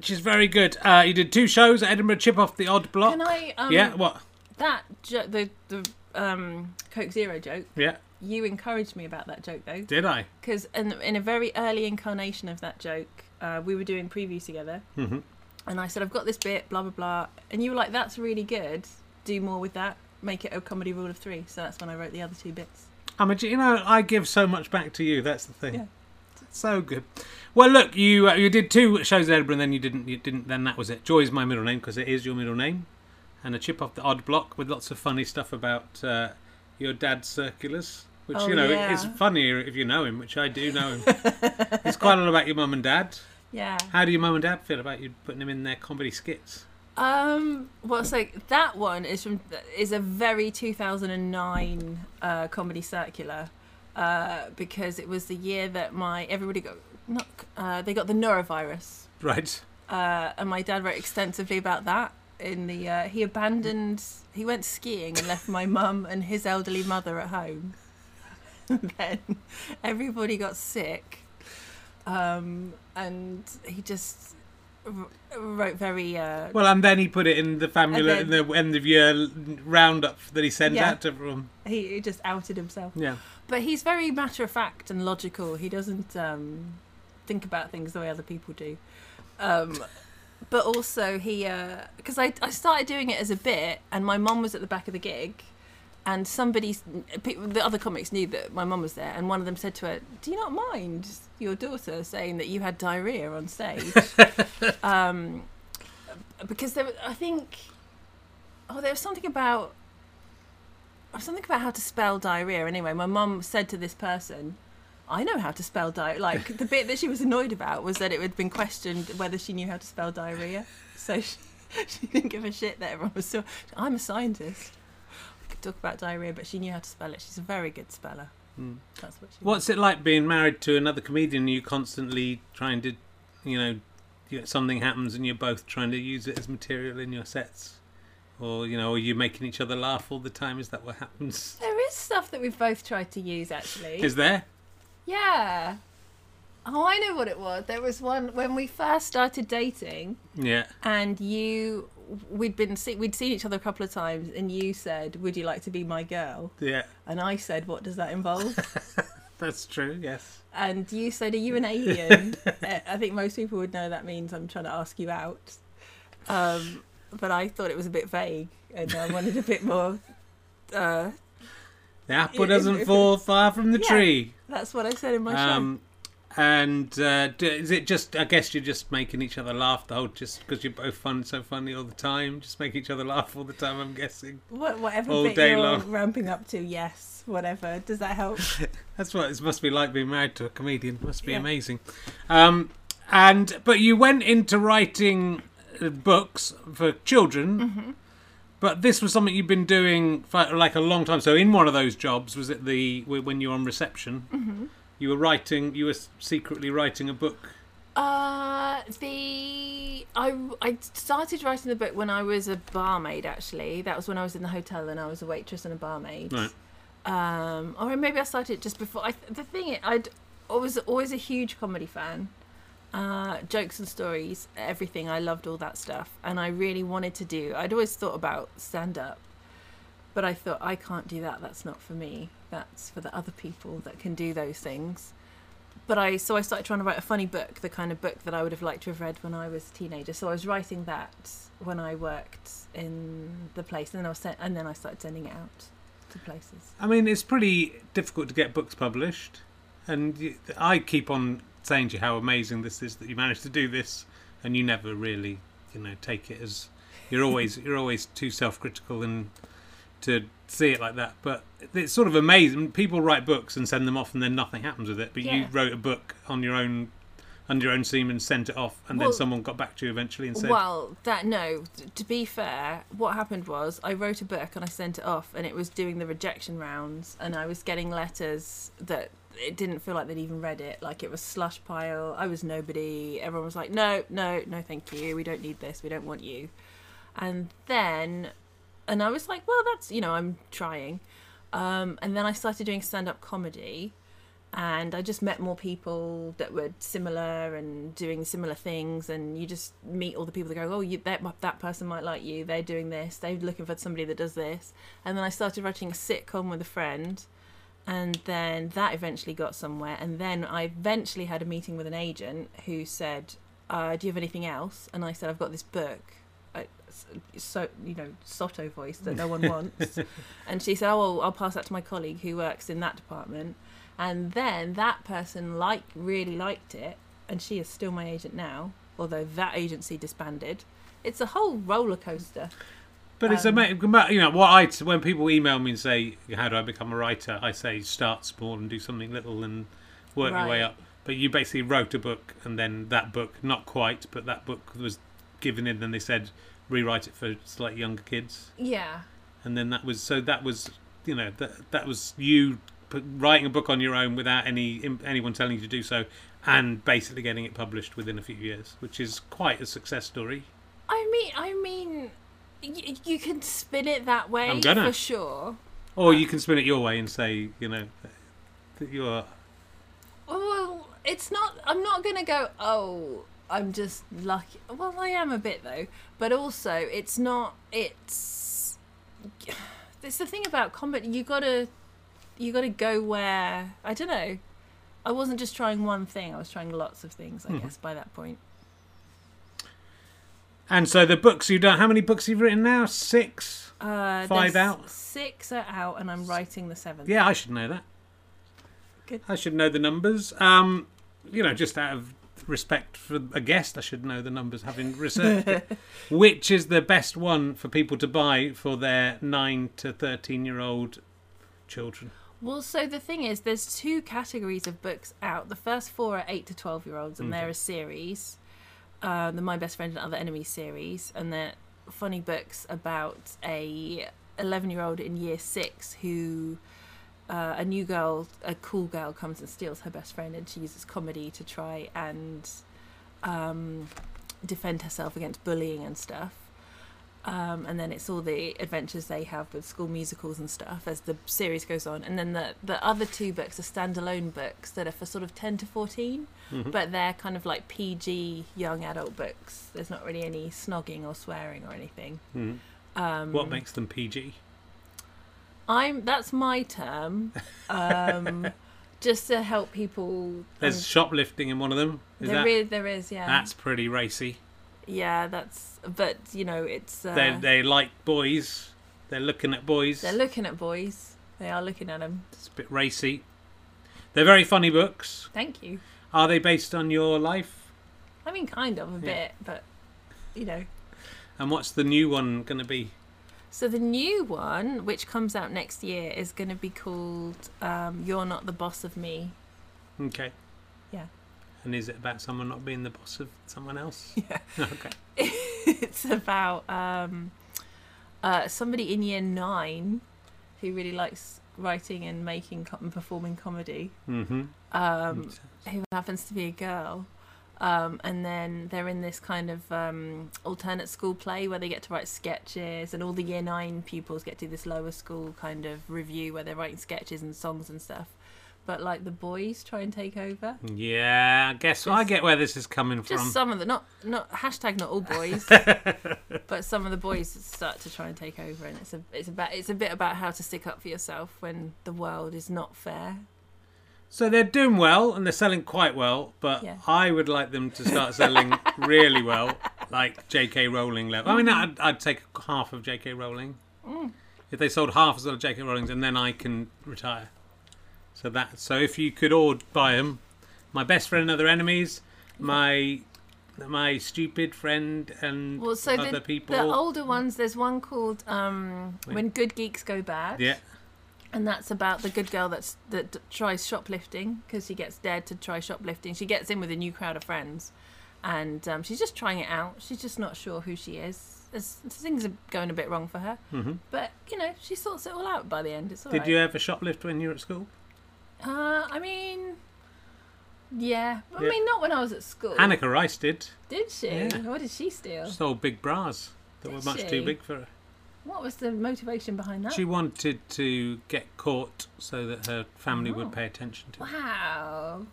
Speaker 1: She's very good. Uh, you did two shows at Edinburgh Chip Off the Odd Block.
Speaker 2: Can I? Um,
Speaker 1: yeah. What?
Speaker 2: That jo- the the um Coke Zero joke.
Speaker 1: Yeah.
Speaker 2: You encouraged me about that joke though,
Speaker 1: Did I?
Speaker 2: because in, in a very early incarnation of that joke, uh, we were doing previews together,
Speaker 1: Mm-hmm.
Speaker 2: and I said I've got this bit, blah blah blah, and you were like, "That's really good. Do more with that. Make it a comedy rule of three. So that's when I wrote the other two bits.
Speaker 1: I'm a, you know, I give so much back to you. That's the thing.
Speaker 2: Yeah.
Speaker 1: So good. Well, look, you uh, you did two shows at Edinburgh, and then you didn't. You didn't. Then that was it. Joy is my middle name because it is your middle name, and a chip off the odd block with lots of funny stuff about uh, your dad's circulars, which
Speaker 2: Oh,
Speaker 1: you know
Speaker 2: yeah.
Speaker 1: is funnier if you know him, which I do know him. it's quite a lot about your mum and dad.
Speaker 2: Yeah.
Speaker 1: How do your mum and dad feel about you putting them in their comedy skits?
Speaker 2: Um. Well, so that one is from is a very 2009 uh, comedy circular uh, because it was the year that my everybody got not uh, they got the norovirus
Speaker 1: Right.
Speaker 2: uh, and my dad wrote extensively about that. In the uh, he abandoned he went skiing and left my mum and his elderly mother at home. And then everybody got sick, um, and he just w- wrote very uh,
Speaker 1: Well, and then he put it in the family in
Speaker 2: And
Speaker 1: the end of year roundup that he sends
Speaker 2: Yeah.
Speaker 1: out to everyone.
Speaker 2: He he just outed himself.
Speaker 1: Yeah.
Speaker 2: But he's very matter of fact and logical. He doesn't um, think about things the way other people do. Um, but also, he. Because I, I started doing it as a bit, and my mum was at the back of the gig. And somebody, s- pe- the other comics knew that my mum was there, and one of them said to her, "Do you not mind your daughter saying that you had diarrhea on stage?" um, because there, I think, oh, there was something about something about how to spell diarrhea. Anyway, my mum said to this person, "I know how to spell diarrhea." Like the bit that she was annoyed about was that it had been questioned whether she knew how to spell diarrhea. So she, she didn't give a shit that everyone was still. I'm a scientist. I could talk about diarrhea, but she knew how to spell it. She's a very good speller.
Speaker 1: Hmm.
Speaker 3: That's what she.
Speaker 1: What's it like being married to another comedian? You constantly trying to, you know, you- something happens and you're both trying to use it as material in your sets, or you know, are you making each other laugh all the time? Is that what happens?
Speaker 2: There is stuff that we've both tried to use actually.
Speaker 1: Is there?
Speaker 2: yeah. Oh, I know what it was. There was one when we first started dating,
Speaker 1: Yeah.
Speaker 3: And you, we'd been see, we'd seen each other a couple of times, and you said, "Would you like to be my girl?"
Speaker 1: Yeah.
Speaker 3: And I said, "What does that involve?"
Speaker 1: That's true. Yes.
Speaker 3: and you said, "Are you an alien?" Uh, I think most people would know that means I'm trying to ask you out. Um, but I thought it was a bit vague, and I wanted a bit more. Uh,
Speaker 1: The apple
Speaker 3: It- it-
Speaker 1: doesn't
Speaker 3: it-
Speaker 1: fall far from the
Speaker 3: Yeah.
Speaker 1: tree.
Speaker 3: that's what I said in my
Speaker 1: Um, and uh, d- is it just? I guess you're just making each other laugh the whole, just because you're both fun, so funny all the time. Just make each other laugh all the time. I'm guessing.
Speaker 3: show. Wha- Whatever
Speaker 1: all
Speaker 3: bit
Speaker 1: day
Speaker 3: you're
Speaker 1: long.
Speaker 3: ramping up to, yes, whatever. Does that help?
Speaker 1: That's what it must be like being married to a comedian. It must be
Speaker 3: Yeah.
Speaker 1: amazing. Um, and but you went into writing uh, books for children, but this was something you've been doing for like a long time. So in one of those jobs, was it the when you were on reception? You were writing. You were secretly writing a book.
Speaker 2: Uh, the I I started writing the book when I was a barmaid. Actually, that was when I was in the hotel and I was a waitress and a barmaid.
Speaker 1: Right.
Speaker 2: Um, or maybe I started just before. I the thing is, I'd I was always a huge comedy fan. Uh, jokes and stories, everything. I loved all that stuff, and I really wanted to do. I'd always thought about stand up, but I thought I can't do that. That's not for me. That's for the other people that can do those things but I so I started trying to write a funny book, the kind of book that I would have liked to have read when I was a teenager. So I was writing that when I worked in the place, and then I was sent, and then I started sending it out to places.
Speaker 1: I mean, it's pretty difficult to get books published, and you, I keep on saying to you how amazing this is that you managed to do this, and you never really, you know, take it as you're always you're always too self-critical and to see it like that. But it's sort of amazing. People write books and send them off, and then nothing happens with it. But you
Speaker 2: Yeah.
Speaker 1: wrote a book on your own. Under your own seam and sent it off, and
Speaker 2: Well-
Speaker 1: then someone got back to you eventually and said,
Speaker 2: well, that no. t- To be fair, what happened was I wrote a book and I sent it off, and it was doing the rejection rounds, and I was getting letters that it didn't feel like they'd even read it. Like it was slush pile. I was nobody. Everyone was like, no, no, no, thank you. We don't need this. We don't want you. And then, and I was like, well, that's you know, I'm trying. Um, and then I started doing stand up comedy and I just met more people that were similar and doing similar things, and you just meet all the people that go, oh, you, that that person might like you. They're doing this. They're looking for somebody that does this. And then I started writing a sitcom with a friend, and then that eventually got somewhere. And then I eventually had a meeting with an agent who said, uh, "Do you have anything else?" And I said, "I've got this book." I- So you know, sotto voice that no one wants, and she said, "Oh, well, I'll pass that to my colleague who works in that department." and then that person like really liked it and she is still my agent now although that agency disbanded it's a whole roller coaster
Speaker 1: But it's amazing. You know what I when people email me and say, "How do I become a writer?" I say, "Start small and do something little and work your way
Speaker 2: Right.
Speaker 1: up." But you basically wrote a book, and then that book, not quite, but that book was given in. Then they said, "Rewrite it for slightly younger kids,"
Speaker 2: yeah
Speaker 1: and then that was so that was you know that that was you put, writing a book on your own without any im- anyone telling you to do so, and basically getting it published within a few years, which is quite a success story.
Speaker 2: i mean i mean y- you can spin it that way
Speaker 1: I'm gonna.
Speaker 2: for sure
Speaker 1: Or you can spin it your way and say, you know, that you're
Speaker 2: well it's not i'm not gonna go oh i'm just lucky well i am a bit though but also it's not it's there's the thing about combat you gotta you gotta go where i don't know i wasn't just trying one thing i was trying lots of things i
Speaker 1: Hmm.
Speaker 2: guess by that point
Speaker 1: And so the books you've done, how many books you've written now? Six?
Speaker 2: uh
Speaker 1: Five
Speaker 2: there's
Speaker 1: out?
Speaker 2: six are out and i'm writing the seventh
Speaker 1: Yeah, I should know that.
Speaker 3: Good.
Speaker 1: I should know the numbers. Um, you know, just out of respect for a guest, I should know the numbers having researched it. Which is the best one for people to buy for their 9 to 13 year old children?
Speaker 2: Well, so the thing is, there's two categories of books out. The first four are eight to twelve year olds, and they're a series, uh, the My Best Friend and Other Enemies series, and they're funny books about a eleven year old in year six who uh, a new girl, a cool girl, comes and steals her best friend, and she uses comedy to try and um, defend herself against bullying and stuff. Um, and then it's all the adventures they have with school musicals and stuff as the series goes on. And then the the other two books are standalone books that are for sort of ten to 14
Speaker 1: Mm-hmm.
Speaker 2: but they're kind of like PG young adult books. There's not really any snogging or swearing or anything. Um,
Speaker 1: What makes them PG?
Speaker 2: I'm that's my term, um, just to help people.
Speaker 1: There's
Speaker 2: um,
Speaker 1: shoplifting in one of them. Is
Speaker 2: there
Speaker 1: that?
Speaker 2: is- there is yeah
Speaker 1: That's pretty racy.
Speaker 2: yeah that's but you know it's uh,
Speaker 1: they they like boys. They're looking at boys.
Speaker 2: they're looking at boys. They are looking at them.
Speaker 1: it's a bit racy. They're very funny books.
Speaker 2: Thank you.
Speaker 1: Are they based on your life?
Speaker 2: I mean, kind of a
Speaker 1: Yeah.
Speaker 2: bit, but you know.
Speaker 1: And what's the new one going to be?
Speaker 2: So the new one, which comes out next year, is going to be called um, "You're Not the Boss of Me."
Speaker 1: Okay.
Speaker 2: Yeah.
Speaker 1: And is it about someone not being the boss of someone else?
Speaker 2: Yeah.
Speaker 1: Okay.
Speaker 2: it's about um, uh, somebody in year nine who really likes writing and making co- and performing comedy,
Speaker 1: Mm-hmm.
Speaker 2: um, who happens to be a girl. Um, and then they're in this kind of um, alternate school play where they get to write sketches, and all the year nine pupils get to do this lower school kind of review where they're writing sketches and songs and stuff. But like the boys try and take over.
Speaker 1: Yeah, I guess I
Speaker 2: Just-
Speaker 1: get where this is coming
Speaker 2: Just
Speaker 1: from.
Speaker 2: some of the not not hashtag not all boys, but some of the boys start to try and take over, and it's a it's about it's a bit about how to stick up for yourself when the world is not fair.
Speaker 1: so they're doing well and they're selling quite well, but
Speaker 2: Yeah.
Speaker 1: I would like them to start selling really well, like J.K. Rowling level. I mean,
Speaker 2: Mm-hmm.
Speaker 1: I'd, I'd take half of J.K. Rowling.
Speaker 2: Mm.
Speaker 1: If they sold half as well of J.K. Rowling's, and then I can retire. So that. So if you could all buy them, my best friend and other enemies, my my stupid friend and
Speaker 2: Well, so
Speaker 1: other
Speaker 2: the,
Speaker 1: people.
Speaker 2: the older ones, there's one called um, "When Good Geeks Go Bad,"
Speaker 1: yeah.
Speaker 2: and that's about the good girl that's that d- tries shoplifting because she gets dared to try shoplifting. She gets in with a new crowd of friends, and um, she's just trying it out. She's just not sure who she is. As, things are going a bit wrong for her,
Speaker 1: Mhm.
Speaker 2: but you know she sorts it all out by the end. It's all
Speaker 1: Did
Speaker 2: right.
Speaker 1: you ever shoplift when you were at school?
Speaker 2: Uh, I mean, yeah. I
Speaker 1: Yeah.
Speaker 2: mean, not when I was at school.
Speaker 1: Annika Rice did.
Speaker 2: did she?
Speaker 1: Yeah.
Speaker 2: What did she steal?
Speaker 1: Stole big bras that
Speaker 2: Oh. Did
Speaker 1: were much
Speaker 2: she?
Speaker 1: too big for her.
Speaker 2: What was the motivation behind that?
Speaker 1: She wanted to get caught so that her family
Speaker 2: Oh.
Speaker 1: would pay attention to her.
Speaker 2: Wow.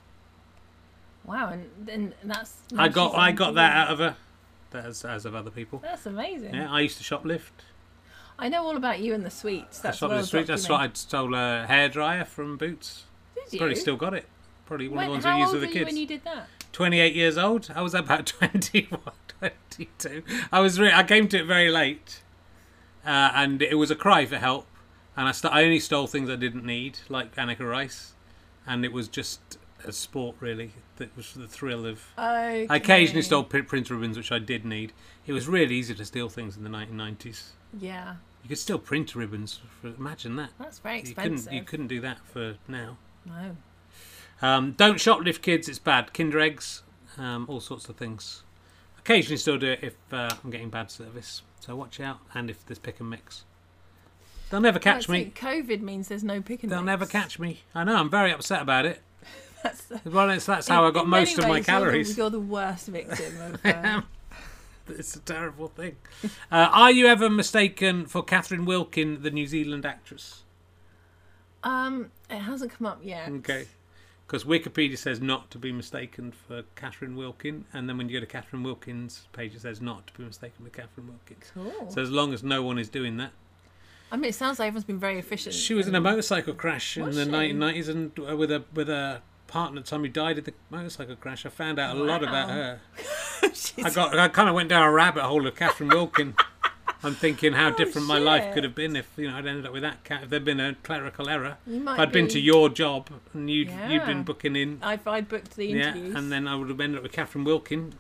Speaker 2: Wow, and, and that's. now
Speaker 1: I got
Speaker 2: she's
Speaker 1: I
Speaker 2: on
Speaker 1: got
Speaker 2: TV.
Speaker 1: that out of her, as as of other people.
Speaker 2: That's amazing.
Speaker 1: Yeah, I used to shoplift.
Speaker 2: I know all about you and the sweets.
Speaker 1: I
Speaker 2: That's
Speaker 1: shoplift
Speaker 2: well
Speaker 1: street. That's what I stole a hairdryer from Boots.
Speaker 2: Did you?
Speaker 1: Probably still got it. Probably one
Speaker 2: when,
Speaker 1: of the ones
Speaker 2: how
Speaker 1: we used with
Speaker 2: old
Speaker 1: the
Speaker 2: were
Speaker 1: kids.
Speaker 2: you when you did that?
Speaker 1: 28 years old. I was about 21, 22. I was re- I came to it very late, uh, and it was a cry for help. And I, st- I only stole things I didn't need, like Annika Rice, and it was just a sport really. That was the thrill of.
Speaker 2: Okay.
Speaker 1: I occasionally stole p- print ribbons, which I did need. It was really easy to steal things in the 1990s.
Speaker 2: Yeah,
Speaker 1: You could steal print ribbons. For, imagine that.
Speaker 2: that's very
Speaker 1: You
Speaker 2: expensive.
Speaker 1: couldn't. You couldn't do that for now.
Speaker 2: No.
Speaker 1: Um, don't shoplift kids, it's bad. Kinder eggs, um, all sorts of things. Occasionally still do it if uh, I'm getting bad service. So watch out. And if there's pick and mix. They'll never catch
Speaker 2: Well,
Speaker 1: me.
Speaker 2: it's like COVID means there's no pick and
Speaker 1: They'll
Speaker 2: mix.
Speaker 1: never catch me. I know, I'm very upset about it.
Speaker 2: That's the-
Speaker 1: Well, it's, that's how I
Speaker 2: In-
Speaker 1: got
Speaker 2: in
Speaker 1: most
Speaker 2: many
Speaker 1: of my
Speaker 2: ways, you're the-
Speaker 1: calories.
Speaker 2: You're the, worst victim of. Uh,
Speaker 1: It's a terrible thing. Uh, are you ever mistaken for Catherine Wilkin, the New Zealand actress?
Speaker 2: um, it hasn't come up yet.
Speaker 1: Okay. Because Wikipedia says not to be mistaken for Catherine Wilkin, and then when you go to Catherine Wilkin's page, it says not to be mistaken with Catherine Wilkins.
Speaker 2: Cool.
Speaker 1: So as long as no one is doing that,
Speaker 2: I mean, it sounds like everyone's been very efficient.
Speaker 1: she was in a motorcycle crash in
Speaker 2: Was
Speaker 1: the
Speaker 2: she?
Speaker 1: 1990s, and uh, with a with a partner, at the time who died in the motorcycle crash. I found out a lot about
Speaker 2: Wow.
Speaker 1: her. I got I kind of went down a rabbit hole of Catherine Wilkin. I'm thinking how different my life
Speaker 2: Oh, shit.
Speaker 1: could have been if you know I'd ended up with that cat. If there'd been a clerical error,
Speaker 2: You
Speaker 1: if
Speaker 2: might
Speaker 1: I'd been
Speaker 2: be-
Speaker 1: to your job and you'd you'd
Speaker 2: Yeah.
Speaker 1: been booking in.
Speaker 2: I've I booked the interviews.
Speaker 1: Yeah, and then I would have ended up with Catherine Wilkin.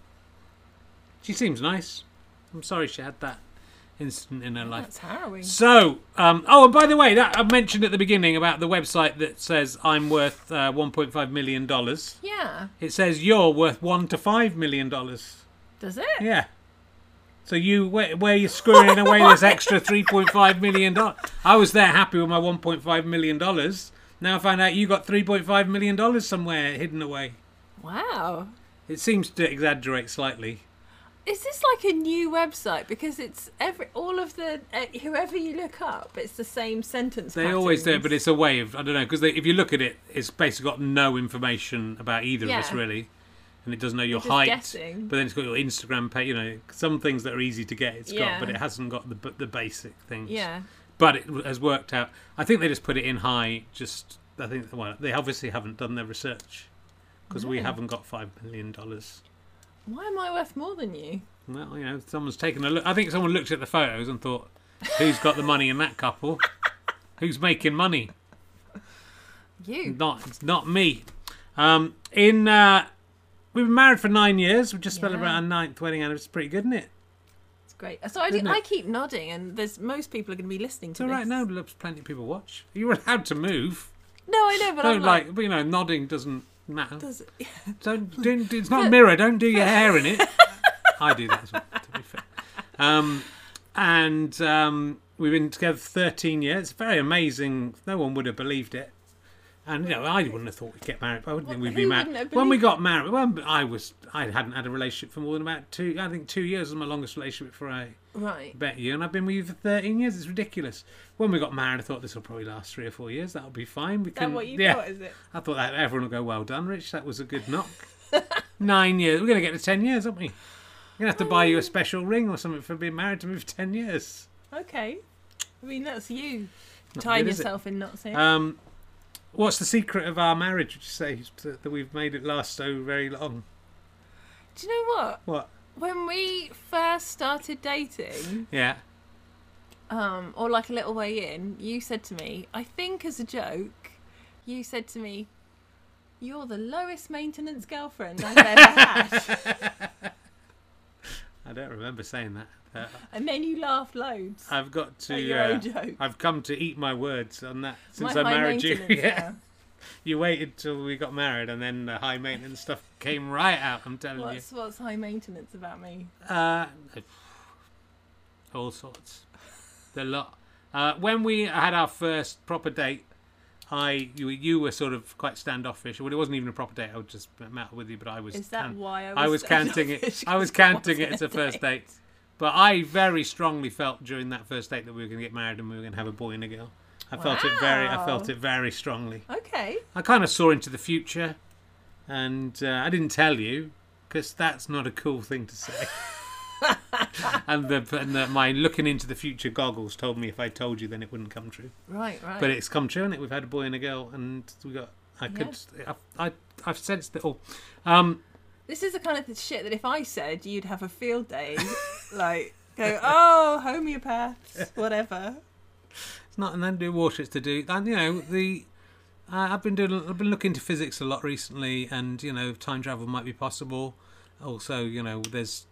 Speaker 1: She seems nice. I'm sorry she had that incident in her life.
Speaker 2: that's harrowing.
Speaker 1: So, um, oh, and by the way, that I mentioned at the beginning about the website that says I'm worth uh, 1.5 million dollars.
Speaker 2: Yeah,
Speaker 1: It says you're worth one to five million dollars.
Speaker 2: does it?
Speaker 1: Yeah. So you where, where you're squirreling away this extra 3.5 million dollars? I was there happy with my 1.5 million dollars, Now I find out you got $3.5 million somewhere hidden away.
Speaker 2: Wow.
Speaker 1: It seems to exaggerate slightly.
Speaker 2: Is this like a new website? Because it's every all of the uh, whoever you look up, it's the same sentence.
Speaker 1: They always do,
Speaker 2: patterns.
Speaker 1: it, but it's a way of I don't know because if you look at it, it's basically got no information about either of us
Speaker 2: Yeah.
Speaker 1: really, and it doesn't know your
Speaker 2: just
Speaker 1: height.
Speaker 2: guessing.
Speaker 1: But then it's got your Instagram page. You know, some things that are easy to get, it's got,
Speaker 2: Yeah.
Speaker 1: but it hasn't got the b- the basic things.
Speaker 2: yeah,
Speaker 1: But it w- has worked out. I think they just put it in high. Just I think well, they obviously haven't done their research because we
Speaker 2: No.
Speaker 1: haven't got five million dollars.
Speaker 2: why am I worth more than you?
Speaker 1: Well, you know, someone's taken a look. I think someone looked at the photos and thought, "Who's got the money in that couple? Who's making money?"
Speaker 2: You.
Speaker 1: not it's not me. Um, in uh, we've been married for nine years. We've just
Speaker 2: Yeah.
Speaker 1: celebrated our ninth wedding anniversary. It's pretty good, isn't it?
Speaker 2: It's great. So I,
Speaker 1: Isn't
Speaker 2: do,
Speaker 1: it?
Speaker 2: I keep nodding, and there's most people are going to be listening
Speaker 1: It's
Speaker 2: to
Speaker 1: all
Speaker 2: this.
Speaker 1: right now. Look, plenty of people watch. You're allowed to move.
Speaker 2: No, I know, but I'm
Speaker 1: don't
Speaker 2: like,
Speaker 1: like, you know nodding doesn't matter.
Speaker 2: does it- Hmm.
Speaker 1: Don't, don't it's not a mirror. Don't do your hair in it. I do that. As well, to be fair. Um, and um, we've been together 13 years. It's very amazing. No one would have believed it. And you know, I wouldn't have thought we'd get married. But I wouldn't think
Speaker 2: Well,
Speaker 1: we'd be
Speaker 2: who
Speaker 1: married
Speaker 2: wouldn't have
Speaker 1: when we
Speaker 2: believed
Speaker 1: got married. When I was, I hadn't had a relationship for more than about two. I think two years was my longest relationship before I
Speaker 2: right?
Speaker 1: bet you. And I've been with you for 13 years. It's ridiculous. When we got married, I thought this will probably last three or four years. That'll be fine. We
Speaker 2: Is that
Speaker 1: can,
Speaker 2: what you
Speaker 1: yeah.
Speaker 2: thought? Is it?
Speaker 1: I thought that everyone would go, well done, Rich. That was a good knock. Nine years. We're going to get to 10 years, aren't we? We're going to have to buy you a special ring or something for being married to me for 10 years.
Speaker 2: Okay. I mean, that's you
Speaker 1: Not
Speaker 2: tying
Speaker 1: good, is it?
Speaker 2: yourself in knots here.
Speaker 1: Um, what's the secret of our marriage, would you say, that that we've made it last so very long?
Speaker 2: do you know what?
Speaker 1: What?
Speaker 2: When we first started dating,
Speaker 1: Yeah.
Speaker 2: um, or like a little way in, you said to me, I think as a joke, you said to me, "You're the lowest maintenance girlfriend I've ever had,"
Speaker 1: I don't remember saying that. Uh,
Speaker 2: and then you laughed loads
Speaker 1: I've got to.
Speaker 2: at your
Speaker 1: uh,
Speaker 2: own joke.
Speaker 1: I've come to eat my words on that since
Speaker 2: My
Speaker 1: I
Speaker 2: high
Speaker 1: married you.
Speaker 2: maintenance
Speaker 1: yeah.
Speaker 2: now.
Speaker 1: You waited till we got married and then the high maintenance stuff came right out, I'm telling you.
Speaker 2: What's what's high maintenance about me?
Speaker 1: Uh, all sorts, the lot. Uh, when we had our first proper date, I you, you were sort of quite standoffish. Well, it wasn't even a proper date. I was just met with you, but I was.
Speaker 2: Is that
Speaker 1: can-
Speaker 2: why I was?
Speaker 1: I was counting it.
Speaker 2: selfish?
Speaker 1: I was
Speaker 2: 'Cause it
Speaker 1: counting it as
Speaker 2: wasn't
Speaker 1: a first date. But I very strongly felt during that first date that we were going to get married and we were going to have a boy and a girl. I felt it very. I felt
Speaker 2: Wow.
Speaker 1: it very strongly.
Speaker 2: Okay.
Speaker 1: I kind of saw into the future, and uh, I didn't tell you because that's not a cool thing to say. and the, and the, my looking into the future goggles told me if I told you, then it wouldn't come true.
Speaker 2: Right. Right.
Speaker 1: But it's come true, and it we've had a boy and a girl, and we got. I could. I, I I've sensed it all. Um,
Speaker 2: This is the kind of th- shit that if I said, you'd have a field day. like, go, oh, homeopaths, whatever.
Speaker 1: it's not an Andrew Water. It's to do. And you know the. Uh, I've been doing. I've been looking into physics a lot recently, and you know, time travel might be possible. Also, you know, there's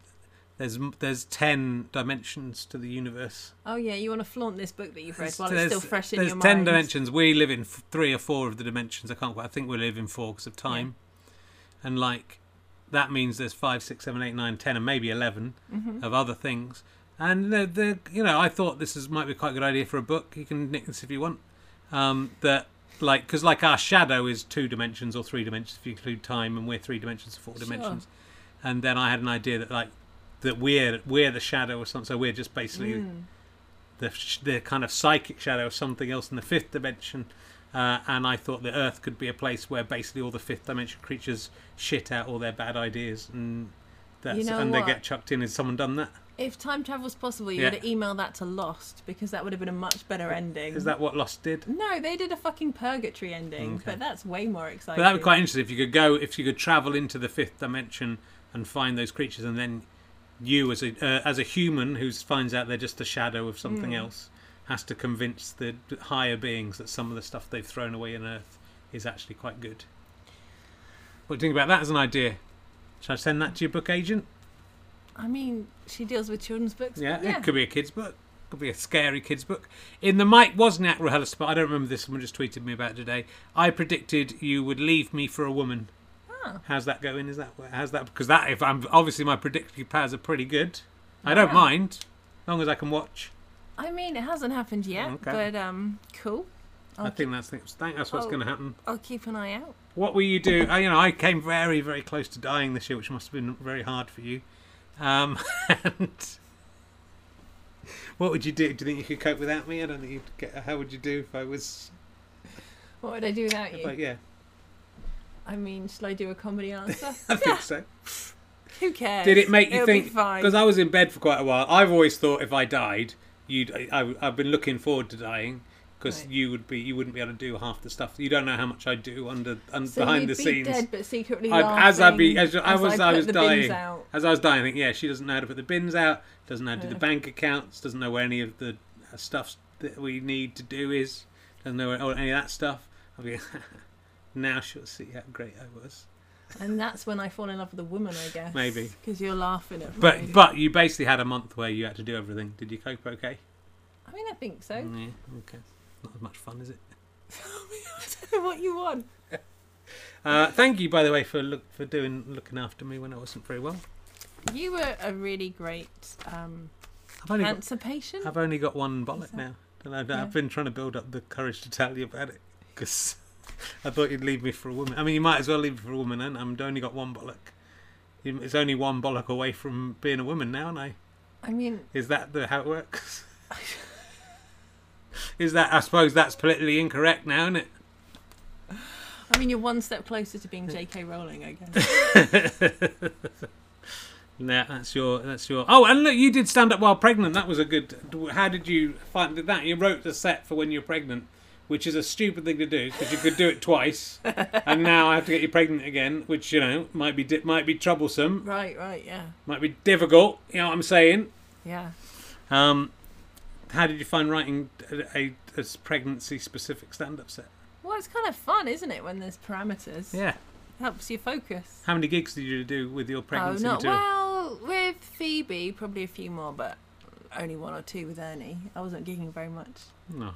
Speaker 1: there's there's ten dimensions to the universe.
Speaker 2: Oh, yeah, you want to flaunt this book that you've read
Speaker 1: There's-
Speaker 2: while it's still
Speaker 1: there's-
Speaker 2: fresh in
Speaker 1: there's
Speaker 2: your mind.
Speaker 1: 10 dimensions. We live in f- three or four of the dimensions. I can't quite. I think we live in four because of time. And like, that means there's five, six, seven, eight, nine, ten, and maybe 11
Speaker 2: Mm-hmm.
Speaker 1: of other things. And the, the you know, I thought this is might be quite a good idea for a book. You can nick this if you want. Um, that like because like our shadow is two dimensions or three dimensions if you include time, and we're three dimensions or four dimensions. And then I had an idea that like that we're we're the shadow or something. So we're just basically
Speaker 2: Mm.
Speaker 1: the sh- the kind of psychic shadow of something else in the fifth dimension. Uh, and I thought the Earth could be a place where basically all the fifth dimension creatures shit out all their bad ideas, and that's
Speaker 2: know
Speaker 1: and
Speaker 2: what?
Speaker 1: they get chucked in. Has someone done that?
Speaker 2: If time travel's possible, you
Speaker 1: Yeah.
Speaker 2: would have emailed that to Lost because that would have been a much better ending.
Speaker 1: Is that what Lost did?
Speaker 2: No, they did a fucking purgatory ending,
Speaker 1: Okay.
Speaker 2: but that's way more exciting.
Speaker 1: But that would be quite interesting if you could go, if you could travel into the fifth dimension and find those creatures, and then you, as a uh, as a human who finds out they're just a shadow of something else, has to convince the higher beings that some of the stuff they've thrown away on Earth is actually quite good. What do you think about that as an idea? Should I send that to your book agent?
Speaker 2: I mean, she deals with children's books.
Speaker 1: Yeah,
Speaker 2: but yeah.
Speaker 1: it could be a kids' book. Could be a scary kids' book. In the Mike Wozniak rehearsal, but I don't remember this. Someone just tweeted me about it today. I predicted you would leave me for a woman.
Speaker 2: Ah.
Speaker 1: How's that going? Is that how's that? Because that, if I'm obviously my predictive powers are pretty good. I don't
Speaker 2: Oh, Wow.
Speaker 1: mind, as long as I can watch.
Speaker 2: I mean, it hasn't happened yet,
Speaker 1: Okay.
Speaker 2: but um, cool.
Speaker 1: I think that's I think that's what's
Speaker 2: Oh.
Speaker 1: going to happen.
Speaker 2: I'll keep an eye out.
Speaker 1: What will you do? Uh, you know, I came very, very close to dying this year, which must have been very hard for you. Um, and what would you do? Do you think you could cope without me? I don't think you'd get. How would you do if I was?
Speaker 2: What would I do without you?
Speaker 1: If I, yeah,
Speaker 2: I mean, shall I do a comedy answer?
Speaker 1: I think so.
Speaker 2: Who cares?
Speaker 1: Did it make you
Speaker 2: It'll Be
Speaker 1: think?
Speaker 2: fine.
Speaker 1: Because I was in bed for quite a while. I've always thought if I died, you'd. I, I, I've been looking forward to dying because
Speaker 2: Right.
Speaker 1: you would be. You wouldn't be able to do half the stuff. You don't know how much I do under un,
Speaker 2: So
Speaker 1: behind
Speaker 2: you'd
Speaker 1: the
Speaker 2: be
Speaker 1: scenes.
Speaker 2: dead, but secretly
Speaker 1: I, as I be,
Speaker 2: laughing
Speaker 1: as, I was, I,
Speaker 2: put
Speaker 1: was
Speaker 2: the bins
Speaker 1: dying.
Speaker 2: out.
Speaker 1: As I was dying, I think, yeah, she doesn't know how to put the bins out. Doesn't know how to do the
Speaker 2: Yeah.
Speaker 1: bank accounts. Doesn't know where any of the uh, stuff that we need to do is. Doesn't know where oh, any of that stuff. I'll be. now she'll see how great I was.
Speaker 2: And that's when I fall in love with a woman, I guess.
Speaker 1: Maybe.
Speaker 2: Because you're laughing at
Speaker 1: But
Speaker 2: me.
Speaker 1: but you basically had a month where you had to do everything. Did you cope okay? Mm,
Speaker 2: I mean, I think so.
Speaker 1: Yeah. Okay. Not as much fun, is it?
Speaker 2: what you want?
Speaker 1: Uh, thank you, by the way, for look for doing looking after me when I wasn't very well.
Speaker 2: You were a really great um,
Speaker 1: I've only got,
Speaker 2: cancer patient.
Speaker 1: I've only got one bollock
Speaker 2: that-
Speaker 1: now, and I've,
Speaker 2: Yeah.
Speaker 1: I've been trying to build up the courage to tell you about it because I thought you'd leave me for a woman. I mean, you might as well leave me for a woman, and I'm only got one bollock. You- It's only one bollock away from being a woman now, and I
Speaker 2: I mean,
Speaker 1: is that the how it works? is that I suppose that's politically incorrect now, isn't it?
Speaker 2: I mean, you're one step closer to being J.K. Rowling, I guess.
Speaker 1: Nah, that's your that's your. Oh, and look, you did stand up while pregnant. That was a good. How did you find that? You wrote the set for when you're pregnant, which is a stupid thing to do because you could do it twice, and now I have to get you pregnant again, which you know might be di- might be troublesome,
Speaker 2: right, right, yeah,
Speaker 1: might be difficult. You know what I'm saying?
Speaker 2: yeah.
Speaker 1: Um, how did you find writing a, a, a pregnancy specific stand up set?
Speaker 2: Well, it's kind of fun, isn't it, when there's parameters?
Speaker 1: Yeah.
Speaker 2: Helps you focus.
Speaker 1: How many gigs did you do with your pregnancy
Speaker 2: oh, not
Speaker 1: material?
Speaker 2: well with Phoebe, probably a few more, but only one or two with Ernie. I wasn't gigging very much.
Speaker 1: No.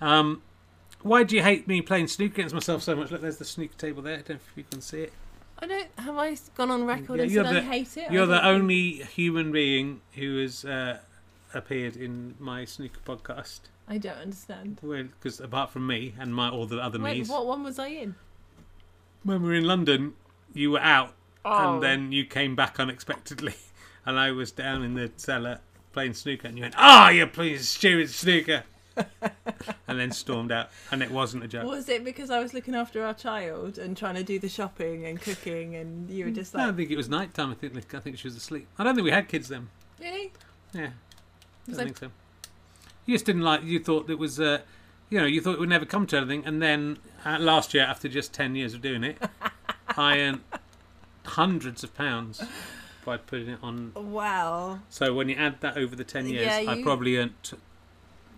Speaker 1: Um, why do you hate me playing snook against myself so much? Look, there's the snook table there. I don't know if you can see it.
Speaker 2: I don't. Have I s- gone on record
Speaker 1: Yeah,
Speaker 2: and
Speaker 1: you're
Speaker 2: said I
Speaker 1: the-
Speaker 2: hate it?
Speaker 1: You're
Speaker 2: I
Speaker 1: the
Speaker 2: don't think-
Speaker 1: only human being who has uh, appeared in my snooker podcast,
Speaker 2: I don't understand.
Speaker 1: because apart from me and my all the other
Speaker 2: Wait,
Speaker 1: me's,
Speaker 2: what one was I in?
Speaker 1: when we were in London, you were out,
Speaker 2: Oh.
Speaker 1: and then you came back unexpectedly, and I was down in the cellar playing snooker, and you went, "Ah, you're playing stupid snooker," and then stormed out, and it wasn't a joke.
Speaker 2: Was it because I was looking after our child and trying to do the shopping and cooking, and you were just
Speaker 1: I
Speaker 2: like,
Speaker 1: don't think it was night time. I think I think she was asleep. I don't think we had kids then.
Speaker 2: really?
Speaker 1: Yeah,
Speaker 2: Was
Speaker 1: don't
Speaker 2: I-
Speaker 1: think so. You just didn't like. You thought it was. Uh, you know, you thought it would never come to anything, and then uh, last year, after just ten years of doing it, I earned hundreds of pounds by putting it on.
Speaker 2: Wow.
Speaker 1: So when you add that over the ten years,
Speaker 2: Yeah,
Speaker 1: I
Speaker 2: you-
Speaker 1: probably earned t-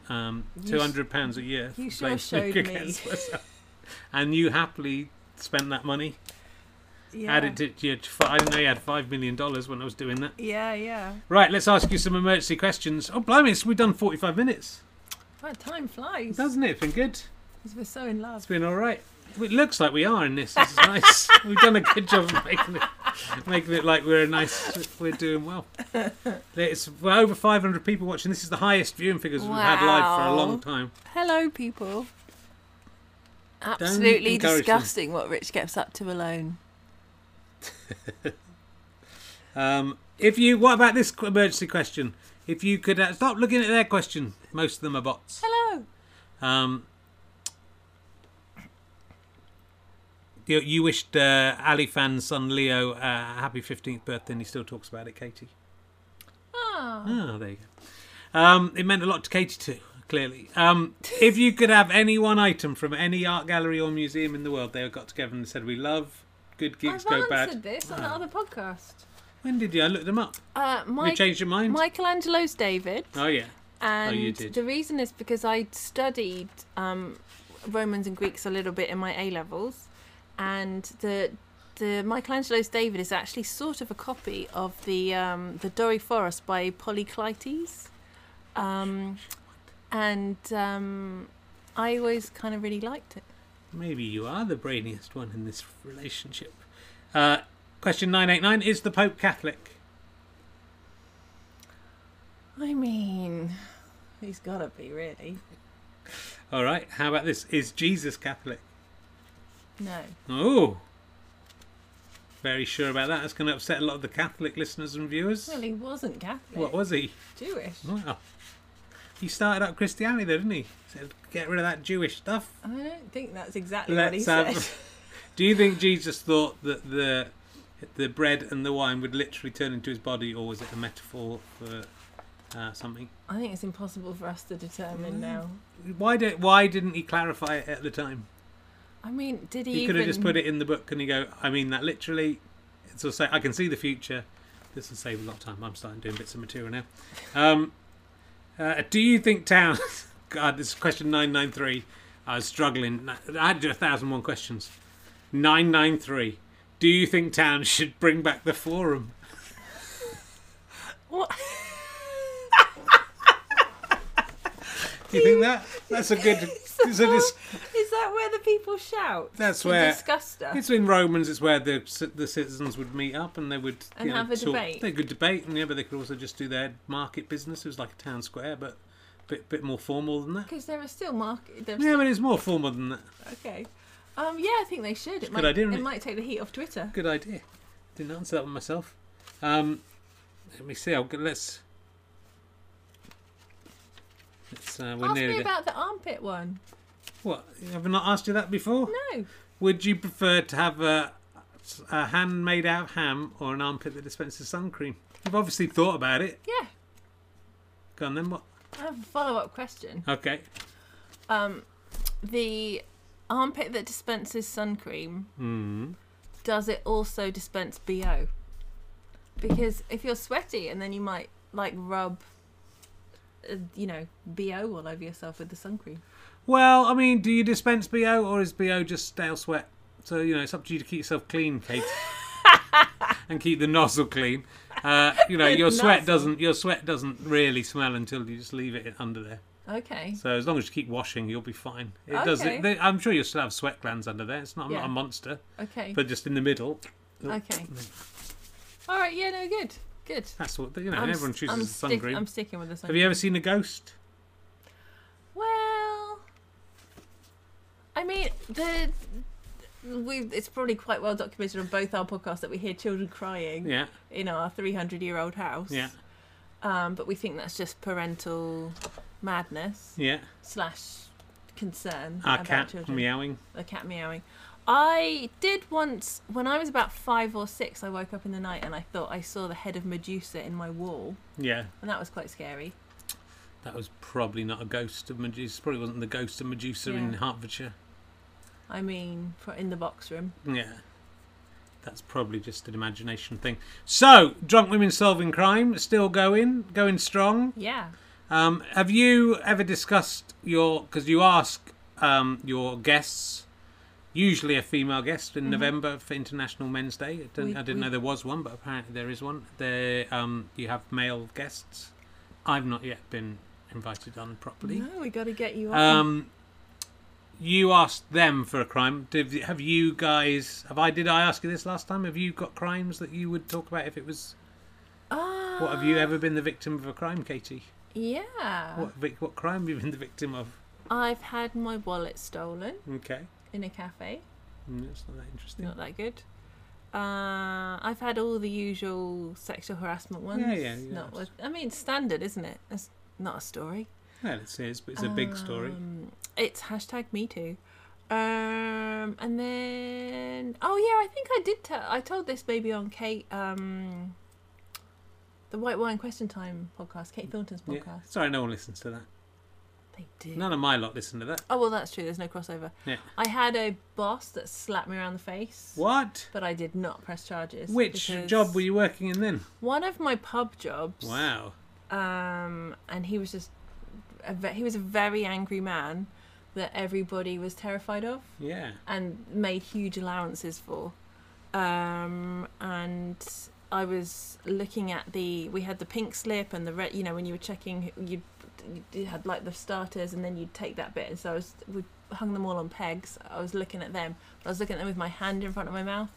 Speaker 1: um,
Speaker 2: You sh-
Speaker 1: two hundred pounds a year.
Speaker 2: you
Speaker 1: for
Speaker 2: sure
Speaker 1: playing
Speaker 2: showed
Speaker 1: snooker
Speaker 2: me.
Speaker 1: against myself. and you happily spent that money.
Speaker 2: Yeah.
Speaker 1: Added it to your. I didn't know you had five million dollars when I was doing that.
Speaker 2: Yeah, yeah.
Speaker 1: Right, let's ask you some emergency questions. Oh, blimey, it's- we've done 45 minutes,
Speaker 2: Wow, time flies.
Speaker 1: doesn't it? It's been good.
Speaker 2: 'Cause we're so in
Speaker 1: It's
Speaker 2: love.
Speaker 1: been all right. It looks like we are in this. This is nice. we've done a good job of making it, making it like we're a nice. We're doing well. It's we're over 500 people watching. This is the highest viewing figures we've had live for a long
Speaker 2: Wow.
Speaker 1: time.
Speaker 2: Hello, people.
Speaker 1: Absolutely
Speaker 2: Absolutely
Speaker 1: encourage them.
Speaker 2: disgusting what Rich gets up to alone.
Speaker 1: Um, if you, what about this emergency question? If you could uh, stop looking at their question, most of them are bots.
Speaker 2: Hello.
Speaker 1: Um, you, you wished uh, Ali fan's son Leo uh, a happy 15th birthday, and he still talks about it, Katie.
Speaker 2: Ah.
Speaker 1: Ah, there you go. Um, it meant a lot to Katie, too, clearly. Um, if you could have any one item from any art gallery or museum in the world, they got together and said, We love good gigs
Speaker 2: I've
Speaker 1: go
Speaker 2: answered
Speaker 1: bad. Ah.
Speaker 2: this on the other podcast.
Speaker 1: When did you? I looked them up.
Speaker 2: Uh,
Speaker 1: We
Speaker 2: Mike,
Speaker 1: changed your mind?
Speaker 2: Michelangelo's David,
Speaker 1: Oh, yeah.
Speaker 2: and
Speaker 1: you did.
Speaker 2: the reason is because I studied um, Romans and Greeks a little bit in my A levels, and the the Michelangelo's David is actually sort of a copy of the um, the Doryphorus by Polyclites, um, and um, I always kind of really liked it.
Speaker 1: Maybe you are the brainiest one in this relationship. Uh, question 989 Is the Pope Catholic?
Speaker 2: I mean, he's gotta be really.
Speaker 1: All right. How about this? Is Jesus Catholic?
Speaker 2: No.
Speaker 1: Oh. Very sure about that. That's going to upset a lot of the Catholic listeners and viewers.
Speaker 2: Well, he wasn't Catholic.
Speaker 1: What was he?
Speaker 2: Jewish.
Speaker 1: Well, he started up Christianity, though, didn't he? Said, get rid of that Jewish stuff.
Speaker 2: I don't think that's exactly what he
Speaker 1: Let's have-
Speaker 2: said.
Speaker 1: Do you think Jesus thought that the the bread and the wine would literally turn into his body, or was it a metaphor for uh, something?
Speaker 2: I think it's impossible for us to determine now.
Speaker 1: Why did Why didn't he clarify it at the time?
Speaker 2: I mean, did he,
Speaker 1: He
Speaker 2: even...
Speaker 1: could have just put it in the book, and he go, "I mean that literally." So say, I can see the future. This will save a lot of time. I'm starting doing bits of material now. Um, uh, do you think town? God, this is question nine nine three. I was struggling. I had to do a thousand one questions. Nine nine three. Do you think town should bring back the forum?
Speaker 2: What?
Speaker 1: Do you think that? That's a good. It's, a dis-
Speaker 2: Is that where the people shout?
Speaker 1: That's
Speaker 2: to
Speaker 1: where-
Speaker 2: discuss stuff.
Speaker 1: it's in Romans. It's where the ci- the citizens would meet up and they would
Speaker 2: And have a
Speaker 1: talk.
Speaker 2: debate.
Speaker 1: They could debate, and yeah, but they could also just do their market business. It was like a town square, but a bit bit more formal than that.
Speaker 2: Because there are still market. There's
Speaker 1: Yeah, but it's more formal than that.
Speaker 2: Okay. Um, yeah, I think they should. It
Speaker 1: a good
Speaker 2: might,
Speaker 1: idea,
Speaker 2: it
Speaker 1: isn't it?
Speaker 2: might take the heat off Twitter.
Speaker 1: Good idea. Didn't answer that one myself. Um, let me see. I'll, go- let's. Let's. Uh, we're
Speaker 2: Ask
Speaker 1: nearly
Speaker 2: me
Speaker 1: there.
Speaker 2: about the armpit one.
Speaker 1: What? Have I not asked you that before?
Speaker 2: No,
Speaker 1: Would you prefer to have a, a hand made out of ham or an armpit that dispenses sun cream? You've obviously thought about it.
Speaker 2: yeah.
Speaker 1: Go on then. What?
Speaker 2: I have a follow-up question.
Speaker 1: Okay.
Speaker 2: Um, the armpit that dispenses sun cream does it also dispense bo? Because if you're sweaty and then you might like rub, uh, you know, bo all over yourself with the sun cream.
Speaker 1: Well, I mean, do you dispense BO or is BO just stale sweat? So, you know, it's up to you to keep yourself clean, Kate. and keep the nozzle clean. Uh, you know, your sweat
Speaker 2: Nozzle.
Speaker 1: doesn't your sweat doesn't really smell until you just leave it under there.
Speaker 2: Okay.
Speaker 1: So as long as you keep washing, you'll be fine. It does.
Speaker 2: Okay.
Speaker 1: It, they, I'm sure you'll still have sweat glands under there. It's not, I'm not
Speaker 2: Yeah.
Speaker 1: a monster,
Speaker 2: Okay.
Speaker 1: but just in the middle.
Speaker 2: okay. All right. Yeah. No. Good. Good.
Speaker 1: That's what you know.
Speaker 2: I'm
Speaker 1: everyone
Speaker 2: s-
Speaker 1: chooses
Speaker 2: I'm
Speaker 1: the sun
Speaker 2: stick-
Speaker 1: green.
Speaker 2: I'm sticking with the sun
Speaker 1: Have you ever seen a ghost?
Speaker 2: Well, I mean, the we it's probably quite well documented on both our podcasts that we hear children crying
Speaker 1: Yeah,
Speaker 2: in our 300 year old house.
Speaker 1: yeah,
Speaker 2: Um, but we think that's just parental madness
Speaker 1: yeah.
Speaker 2: slash concern
Speaker 1: Our
Speaker 2: about
Speaker 1: cat
Speaker 2: children.
Speaker 1: meowing.
Speaker 2: The cat meowing. I did once when I was about five or six. I woke up in the night and I thought I saw the head of Medusa in my wall,
Speaker 1: Yeah,
Speaker 2: and that was quite scary.
Speaker 1: that was probably not a ghost of Medusa. Probably wasn't the ghost of Medusa in
Speaker 2: Yeah.
Speaker 1: Hertfordshire.
Speaker 2: I mean, pro- in the box room.
Speaker 1: Yeah, that's probably just an imagination thing. So, drunk women solving crime still going, going strong.
Speaker 2: Yeah.
Speaker 1: Um, have you ever discussed your? Because you ask um, your guests, usually a female guest, in November for International Men's Day. I didn't,
Speaker 2: Mm-hmm. We-
Speaker 1: I didn't
Speaker 2: we-
Speaker 1: know there was one, but apparently there is one. There, um, you have male guests. I've not yet been invited on properly.
Speaker 2: No, we got to get you on.
Speaker 1: Um,
Speaker 2: Oh.
Speaker 1: you asked them for a crime. Did, have you guys? Have I? Did I ask you this last time? Have you got crimes that you would talk about if it was?
Speaker 2: Ah,
Speaker 1: What have you ever been the victim of a crime, Katie?
Speaker 2: Yeah.
Speaker 1: What vic- what crime have you been the victim of?
Speaker 2: I've had my wallet stolen
Speaker 1: Okay,
Speaker 2: in a cafe.
Speaker 1: Mm, that's not that interesting.
Speaker 2: Not that good. Uh, I've had all the usual sexual harassment ones.
Speaker 1: Yeah, yeah, yeah.
Speaker 2: Not with, I mean, standard, isn't it? It's not a story.
Speaker 1: Well, it is, but it's a big story.
Speaker 2: Um, It's hashtag me too. Um, and then, oh yeah, I think I did. T- I told this maybe on Kate, um, the White Wine Question Time podcast, Kate Thornton's
Speaker 1: Yeah.
Speaker 2: podcast.
Speaker 1: Sorry, no one listens to that.
Speaker 2: They do.
Speaker 1: None of my lot listen to that.
Speaker 2: Oh well, that's true. There's no crossover.
Speaker 1: Yeah.
Speaker 2: I had a boss that slapped me around the face.
Speaker 1: What?
Speaker 2: But I did not press charges.
Speaker 1: Which
Speaker 2: because
Speaker 1: job were you working in then?
Speaker 2: One of my pub jobs.
Speaker 1: Wow.
Speaker 2: Um, and he was just, a ve- he was a very angry man that everybody was terrified of
Speaker 1: Yeah.
Speaker 2: and made huge allowances for. Um, and I was looking at the we had the pink slip and the red. You know, when you were checking, you you had like the starters, and then you'd take that bit. And so I was we hung them all on pegs. I was looking at them. I was looking at them with my hand in front of my mouth.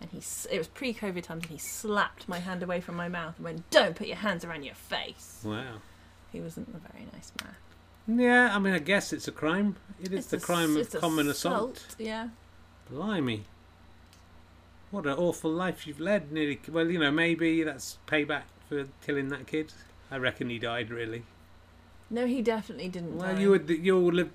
Speaker 2: And he, s- it was pre-COVID times, and he slapped my hand away from my mouth and went, "Don't put your hands around your face."
Speaker 1: Wow.
Speaker 2: He wasn't a very nice man.
Speaker 1: Yeah, I mean, I guess it's a crime. It is
Speaker 2: It's
Speaker 1: the
Speaker 2: a s-
Speaker 1: crime
Speaker 2: it's
Speaker 1: of
Speaker 2: a
Speaker 1: common
Speaker 2: salt, Yeah.
Speaker 1: Blimey. What an awful life you've led. Nearly. Well, you know, maybe that's payback for killing that kid. I reckon he died, really.
Speaker 2: No, he definitely didn't.
Speaker 1: Well,
Speaker 2: die.
Speaker 1: you would. You will have.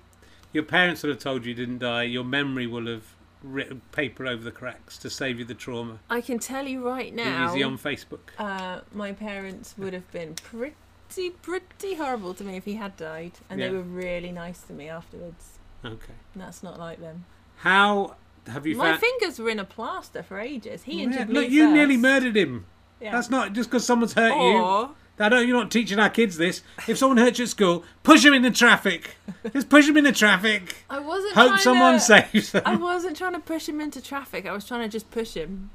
Speaker 1: Your parents would have told you you didn't die. Your memory will have written paper over the cracks to save you the trauma.
Speaker 2: I can tell you right
Speaker 1: Now,
Speaker 2: now.
Speaker 1: Easy on Facebook.
Speaker 2: uh, my parents would have been pretty, pretty horrible to me if he had died, and
Speaker 1: Yeah.
Speaker 2: they were really nice to me afterwards.
Speaker 1: Okay.
Speaker 2: And that's not like them.
Speaker 1: How have you
Speaker 2: my
Speaker 1: found?
Speaker 2: fingers were in a plaster for ages. He
Speaker 1: Yeah,
Speaker 2: injured me.
Speaker 1: Look, you nearly
Speaker 2: first.
Speaker 1: murdered him.
Speaker 2: Yeah.
Speaker 1: That's not just because someone's hurt you.
Speaker 2: or
Speaker 1: I don't, you're not teaching our kids this. If someone hurts you at school, push them in the traffic. Just push them in the traffic.
Speaker 2: I wasn't.
Speaker 1: Hope
Speaker 2: trying
Speaker 1: someone
Speaker 2: to,
Speaker 1: saves them.
Speaker 2: I wasn't trying to push him into traffic. I was trying to just push him.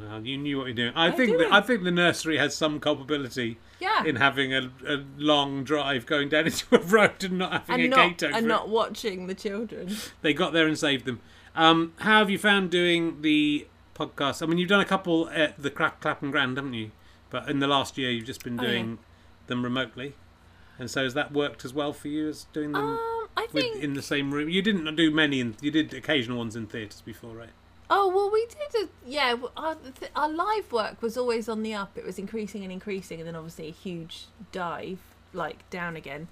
Speaker 1: Well, you knew what you're doing. I,
Speaker 2: I
Speaker 1: think
Speaker 2: do.
Speaker 1: that, I think the nursery has some culpability
Speaker 2: Yeah.
Speaker 1: in having a, a long drive going down into a road and not having a
Speaker 2: and
Speaker 1: gate
Speaker 2: not
Speaker 1: over.
Speaker 2: and
Speaker 1: it.
Speaker 2: not watching the children.
Speaker 1: They got there and saved them. Um, how have you found doing the podcast? I mean, you've done a couple at the Clap, Clap and Grand, haven't you? But in the last year, you've just been
Speaker 2: Oh, yeah.
Speaker 1: doing them remotely. And so has that worked as well for you as doing them?
Speaker 2: Um, I
Speaker 1: with,
Speaker 2: think.
Speaker 1: in the same room. You didn't do many, in, you did occasional ones in theatres before, right?
Speaker 2: Oh well, we did. A, yeah, w- our, th- our live work was always on the up. It was increasing and increasing, and then obviously a huge dive, like down again.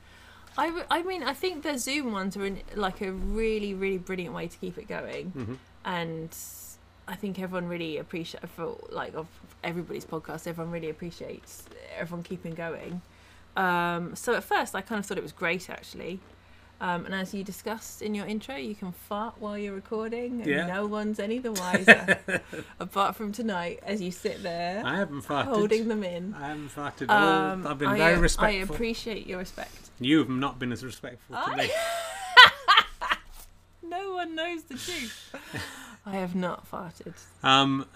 Speaker 2: I, w- I mean, I think the Zoom ones are in, like a really, really brilliant way to keep it going,
Speaker 1: Mhm.
Speaker 2: and I think everyone really appreciates for like of everybody's podcast. Everyone really appreciates everyone keeping going. Um, so at first, I kind of thought it was great actually. Um, and as you discussed in your intro, you can fart while you're recording, and
Speaker 1: Yeah.
Speaker 2: no one's any the wiser, apart from tonight as you sit there
Speaker 1: I haven't farted.
Speaker 2: holding them in.
Speaker 1: I haven't farted.
Speaker 2: Um,
Speaker 1: all. I've been
Speaker 2: I-
Speaker 1: very
Speaker 2: I
Speaker 1: respectful.
Speaker 2: appreciate your respect.
Speaker 1: you have not been as respectful to me.
Speaker 2: I- no one knows the truth. I have not farted.
Speaker 1: Um,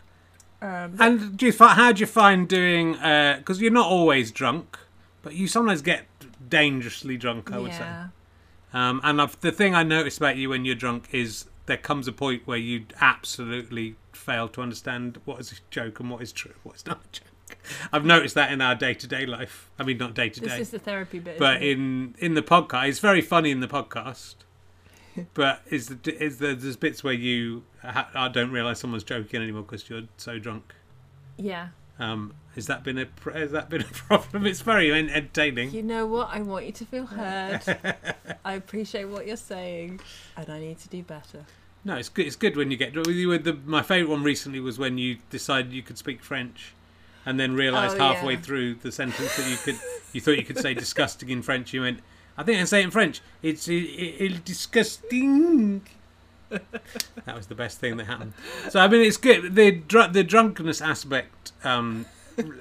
Speaker 2: Um,
Speaker 1: and do you fi- how do you find doing? Because you're not always drunk, but you sometimes get dangerously drunk. I would say.
Speaker 2: yeah.
Speaker 1: Um, and I've, the thing I notice about you when you're drunk is there comes a point where you absolutely fail to understand what is a joke and what is true, what's not a joke. I've noticed that in our day to day life. I mean, not day to
Speaker 2: This
Speaker 1: day,
Speaker 2: is the therapy bit.
Speaker 1: but
Speaker 2: isn't it?
Speaker 1: in in the podcast, it's very funny in the podcast. But is the, is the, there's bits where you ha- I don't realise someone's joking anymore because you're so drunk.
Speaker 2: yeah.
Speaker 1: Um, has that been a pr- has that been a problem? It's very en- entertaining.
Speaker 2: You know what? I want you to feel heard. I appreciate what you're saying, and I need to do better.
Speaker 1: No, it's good. It's good when you get. You were the, my favourite one recently was when you decided you could speak French, and then realised
Speaker 2: Oh,
Speaker 1: halfway
Speaker 2: yeah.
Speaker 1: through the sentence that you could. You thought you could say disgusting in French. You went. I think I can say it in French. It's il, il disgusting. that was the best thing that happened. So I mean, it's good. The dr- the drunkenness aspect. Um,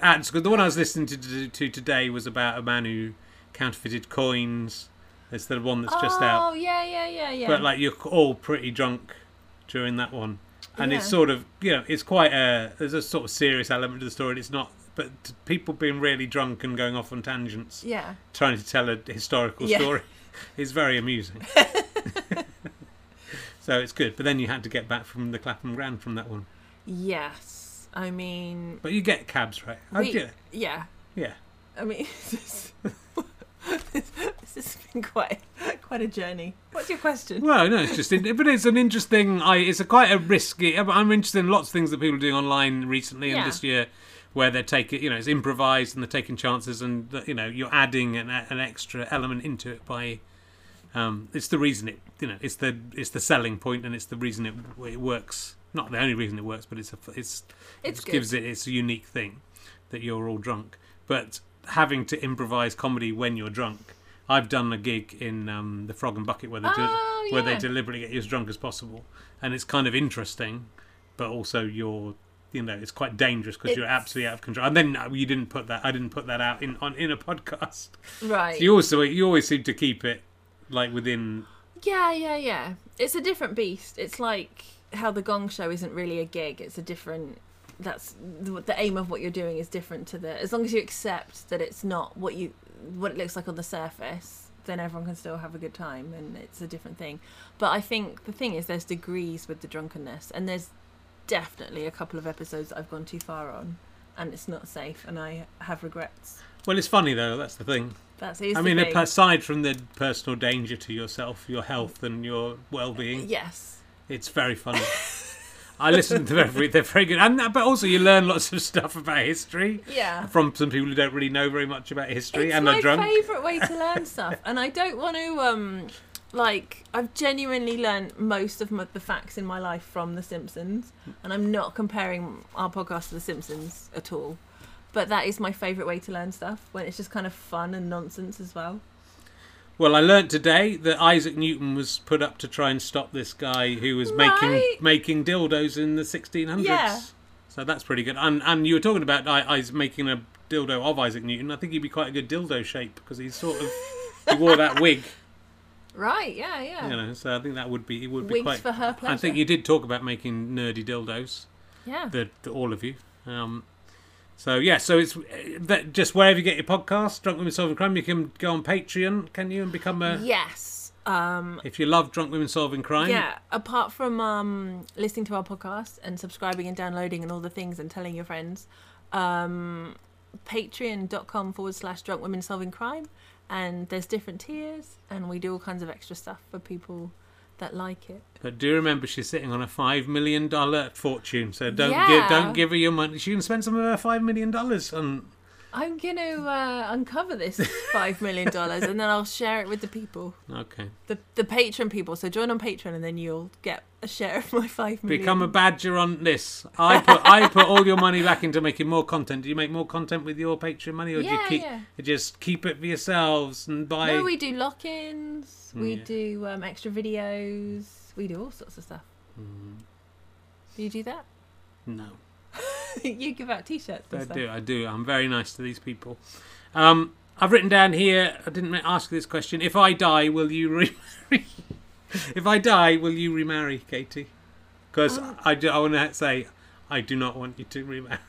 Speaker 1: adds, 'cause the one I was listening to, to to today was about a man who counterfeited coins. It's the one that's just
Speaker 2: oh,
Speaker 1: out
Speaker 2: yeah, yeah, yeah, yeah.
Speaker 1: but like you're all pretty drunk during that one and it's
Speaker 2: Yeah.
Speaker 1: sort of you know it's quite a there's a sort of serious element to the story and it's not but t- people being really drunk and going off on tangents
Speaker 2: yeah.
Speaker 1: trying to tell a historical
Speaker 2: Yeah.
Speaker 1: story is very amusing so it's good but then you had to get back from the clapham grand from that one
Speaker 2: Yes. I mean,
Speaker 1: but you get cabs right I
Speaker 2: we,
Speaker 1: do-
Speaker 2: yeah.
Speaker 1: Oh, yeah
Speaker 2: I mean, this, this has been quite quite a journey. What's your question?
Speaker 1: Well, no, it's just, but it's an interesting. I it's a quite a risky. I'm- I'm interested in lots of things that people are doing online recently
Speaker 2: Yeah.
Speaker 1: and this year, where they're taking, you know, it's improvised and they're taking chances, and uh, you know, you're adding an, an extra element into it by. Um, it's the reason it, you know, it's the it's the selling point, and it's the reason it, it works. Not the only reason it works, but it's a it's
Speaker 2: It's
Speaker 1: it gives it its unique thing that you're all drunk. But having to improvise comedy when you're drunk, I've done a gig in um, the Frog and Bucket where they do
Speaker 2: Oh,
Speaker 1: where they
Speaker 2: yeah.
Speaker 1: deliberately get you as drunk as possible, and it's kind of interesting, but also you're you know it's quite dangerous because you're
Speaker 2: It's-
Speaker 1: absolutely out of control. And then uh, you didn't put that I didn't put that out in on in a podcast.
Speaker 2: Right.
Speaker 1: You also you always seem to keep it like within
Speaker 2: yeah, yeah, yeah. It's a different beast. It's like how the Gong Show isn't really a gig. It's a different. That's the, the aim of what you're doing is different to the. As long as you accept that it's not what you what it looks like on the surface, then everyone can still have a good time, and it's a different thing. But I think the thing is, there's degrees with the drunkenness, and there's definitely a couple of episodes that I've gone too far on, and it's not safe, and I have regrets.
Speaker 1: well it's funny though that's the thing
Speaker 2: That's easy.
Speaker 1: I mean, ap- aside from the personal danger to yourself, your health, and your well-being,
Speaker 2: yes.
Speaker 1: it's very funny. I listen to every. They're very good, and but also you learn lots of stuff about history
Speaker 2: Yeah.
Speaker 1: from some people who don't really know very much about history
Speaker 2: it's
Speaker 1: and
Speaker 2: my
Speaker 1: are drunk.
Speaker 2: favorite way to learn stuff, and I don't want to um like I've genuinely learned most of my, the facts in my life from The Simpsons, and I'm not comparing our podcast to The Simpsons at all. But that is my favorite way to learn stuff when it's just kind of fun and nonsense as well.
Speaker 1: Well, I learnt today that Isaac Newton was put up to try and stop this guy who was
Speaker 2: Right.
Speaker 1: making making dildos in the 1600s.
Speaker 2: Yeah.
Speaker 1: So that's pretty good. And and you were talking about I, Isaac making a dildo of Isaac Newton. I think he'd be quite a good dildo shape because he's sort of he wore that wig,
Speaker 2: Right? Yeah, yeah.
Speaker 1: you know. So I think that would be it would be
Speaker 2: Wigs
Speaker 1: quite.
Speaker 2: for her pleasure.
Speaker 1: I think you did talk about making nerdy dildos
Speaker 2: yeah.
Speaker 1: the, the all of you. Um, so yeah, so it's uh, that just wherever you get your podcast, Drunk Women Solving Crime, you can go on Patreon, can you, and become a
Speaker 2: Yes. Um,
Speaker 1: if you love Drunk Women Solving Crime.
Speaker 2: yeah. Apart from um, listening to our podcast and subscribing and downloading and all the things and telling your friends, um, patreon.com forward slash drunk women solving crime. And there's different tiers, and we do all kinds of extra stuff for people that like it.
Speaker 1: But do remember she's sitting on a five million dollar fortune, so don't
Speaker 2: Yeah.
Speaker 1: give don't give her your money. She can spend some of her five million dollars on
Speaker 2: I'm going to uh, uncover this $5 million and then I'll share it with the people,
Speaker 1: Okay.
Speaker 2: the, the patron people. So join on Patreon and then you'll get a share of my $5 million.
Speaker 1: Become a badger on this. I put I put all your money back into making more content. Do you make more content with your Patreon money or do you
Speaker 2: Yeah,
Speaker 1: keep
Speaker 2: yeah.
Speaker 1: just keep it for yourselves and buy
Speaker 2: No, we do lock-ins.
Speaker 1: Mm,
Speaker 2: We
Speaker 1: Yeah.
Speaker 2: do um, extra videos. We do all sorts of stuff.
Speaker 1: Mm.
Speaker 2: You do that?
Speaker 1: No.
Speaker 2: you give out T-shirts. And
Speaker 1: I
Speaker 2: stuff.
Speaker 1: do, I do. I'm very nice to these people. Um, I've written down here. I didn't ma- ask this question. If I die, will you remarry? if I die, will you remarry, Katie? Because I, want to say I do not want you to remarry.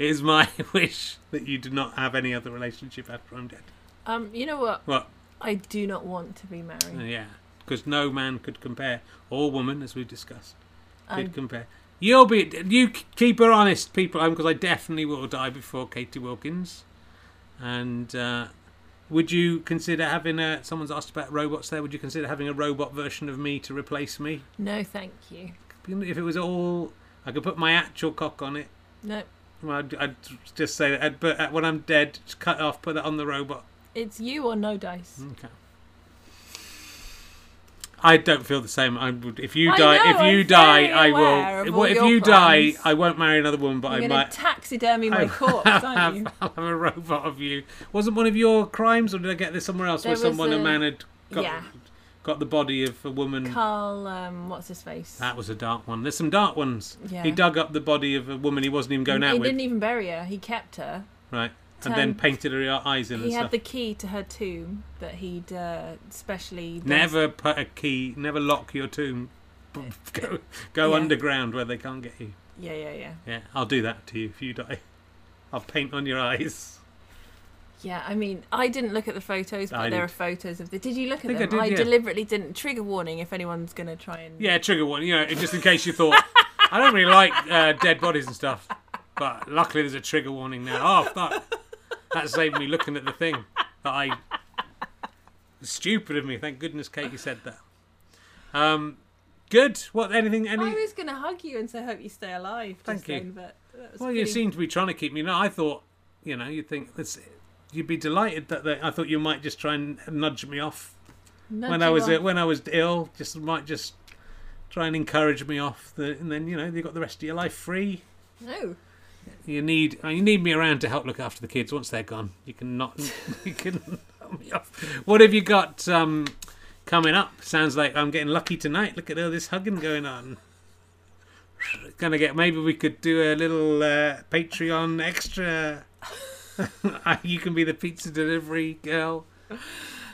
Speaker 1: It is my wish that you do not have any other relationship after I'm dead.
Speaker 2: Um, you know what?
Speaker 1: Well,
Speaker 2: I do not want to be married.
Speaker 1: yeah, because no man could compare, or woman, as we discussed,
Speaker 2: I-
Speaker 1: could compare. You'll be you k- keep her honest, people, because I definitely will die before Katie Wilkins. And uh, would you consider having a? Someone's asked about robots. There, would you consider having a robot version of me to replace me?
Speaker 2: No, thank you.
Speaker 1: If it was all, I could put my actual cock on it.
Speaker 2: No,
Speaker 1: Well, I'd, I'd just say that. I'd, but uh, when I'm dead, just cut off, put that on the robot.
Speaker 2: it's you or no dice.
Speaker 1: Okay. I don't feel the same. I would, if you
Speaker 2: I
Speaker 1: die,
Speaker 2: know,
Speaker 1: if you
Speaker 2: I'm
Speaker 1: die,
Speaker 2: very
Speaker 1: I
Speaker 2: aware
Speaker 1: will.
Speaker 2: of
Speaker 1: If,
Speaker 2: all
Speaker 1: if
Speaker 2: your
Speaker 1: you
Speaker 2: plans.
Speaker 1: die, I won't marry another woman, but
Speaker 2: You're
Speaker 1: I
Speaker 2: going
Speaker 1: might.
Speaker 2: to taxidermy my
Speaker 1: I
Speaker 2: corpse,
Speaker 1: have,
Speaker 2: aren't you?
Speaker 1: I'll have a robot of you. Wasn't one of your crimes, or did I get this somewhere else?
Speaker 2: There
Speaker 1: where someone,
Speaker 2: was
Speaker 1: a,
Speaker 2: a-
Speaker 1: man had got,
Speaker 2: yeah.
Speaker 1: got the body of a woman.
Speaker 2: Carl, um, what's his face?
Speaker 1: Mm. That was a dark one. There's some dark ones.
Speaker 2: Yeah.
Speaker 1: He dug up the body of a woman he wasn't even going
Speaker 2: he
Speaker 1: out with,
Speaker 2: didn't even bury her. He kept her.
Speaker 1: right? And then
Speaker 2: Turned-
Speaker 1: painted her eyes in
Speaker 2: He
Speaker 1: and
Speaker 2: had
Speaker 1: stuff.
Speaker 2: the key to her tomb that he'd uh, specially
Speaker 1: Never put a key. Never lock your tomb. Go, go
Speaker 2: Yeah.
Speaker 1: underground where they can't get you.
Speaker 2: Yeah, yeah, yeah.
Speaker 1: Yeah, I'll do that to you if you die. I'll paint on your eyes.
Speaker 2: Yeah, I mean, I didn't look at the photos, but
Speaker 1: I
Speaker 2: there
Speaker 1: did.
Speaker 2: are photos of the. Did you look at
Speaker 1: think I
Speaker 2: them?
Speaker 1: did, yeah.
Speaker 2: deliberately didn't. Trigger warning if anyone's going to try and.
Speaker 1: Yeah, trigger warning. You know, just in case you thought I don't really like uh, dead bodies and stuff, but luckily there's a trigger warning now. Oh fuck, that saved me looking at the thing that I. Stupid of me. Thank goodness Katie said that. Um, good. What? Anything? Any?
Speaker 2: I was going to hug you and say, hope you stay alive. Just
Speaker 1: Thank you.
Speaker 2: Then, but that was
Speaker 1: Well, you
Speaker 2: pretty...
Speaker 1: seem to be trying to keep me. No, I thought, you know, you'd think this, you'd be delighted that they, I thought you might just try and nudge me off
Speaker 2: Nudge
Speaker 1: when I
Speaker 2: you
Speaker 1: was uh,
Speaker 2: on.
Speaker 1: when I was ill. Just might just try and encourage me off. The, and then you know you got the rest of your life free.
Speaker 2: No.
Speaker 1: You need uh, you need me around to help look after the kids once they're gone. You can not you can help me off. What have you got um, coming up? Sounds like I'm getting lucky tonight. Look at all this hugging going on. Gonna get maybe we could do a little uh, Patreon extra. you can be the pizza delivery girl.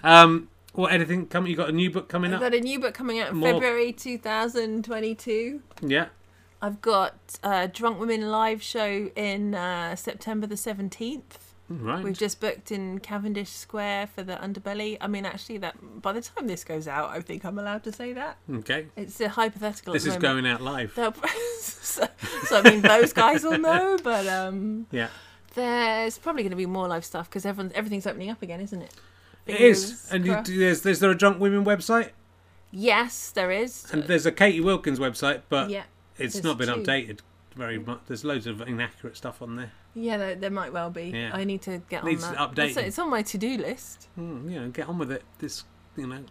Speaker 1: Um, what anything coming? You got a new book coming
Speaker 2: I've
Speaker 1: up?
Speaker 2: got a new book coming out in
Speaker 1: More-
Speaker 2: February 2022.
Speaker 1: Yeah.
Speaker 2: I've got uh, Drunk Women live show in uh, September the 17th.
Speaker 1: Right.
Speaker 2: We've just booked in Cavendish Square for the underbelly. I mean, actually, that by the time this goes out, I think I'm allowed to say that.
Speaker 1: Okay.
Speaker 2: It's a hypothetical. at
Speaker 1: This
Speaker 2: the
Speaker 1: is
Speaker 2: moment.
Speaker 1: going out live.
Speaker 2: They'll- so, so I mean, those guys will know, but um,
Speaker 1: Yeah.
Speaker 2: There's probably going to be more live stuff because everyone everything's opening up again, isn't it?
Speaker 1: It is,
Speaker 2: Fingers
Speaker 1: and you,
Speaker 2: crossed.
Speaker 1: there's there's there a drunk women website
Speaker 2: Yes, there is.
Speaker 1: and there's a Katie Wilkins website, but
Speaker 2: Yeah,
Speaker 1: it's
Speaker 2: there's
Speaker 1: not been
Speaker 2: two.
Speaker 1: updated very much. There's loads of inaccurate stuff on there.
Speaker 2: yeah, there, there might well be.
Speaker 1: Yeah.
Speaker 2: I need to get
Speaker 1: Needs
Speaker 2: on that. That's it,
Speaker 1: updating.
Speaker 2: It's on my to-do list.
Speaker 1: Hmm, you know, get on with it. This, you know,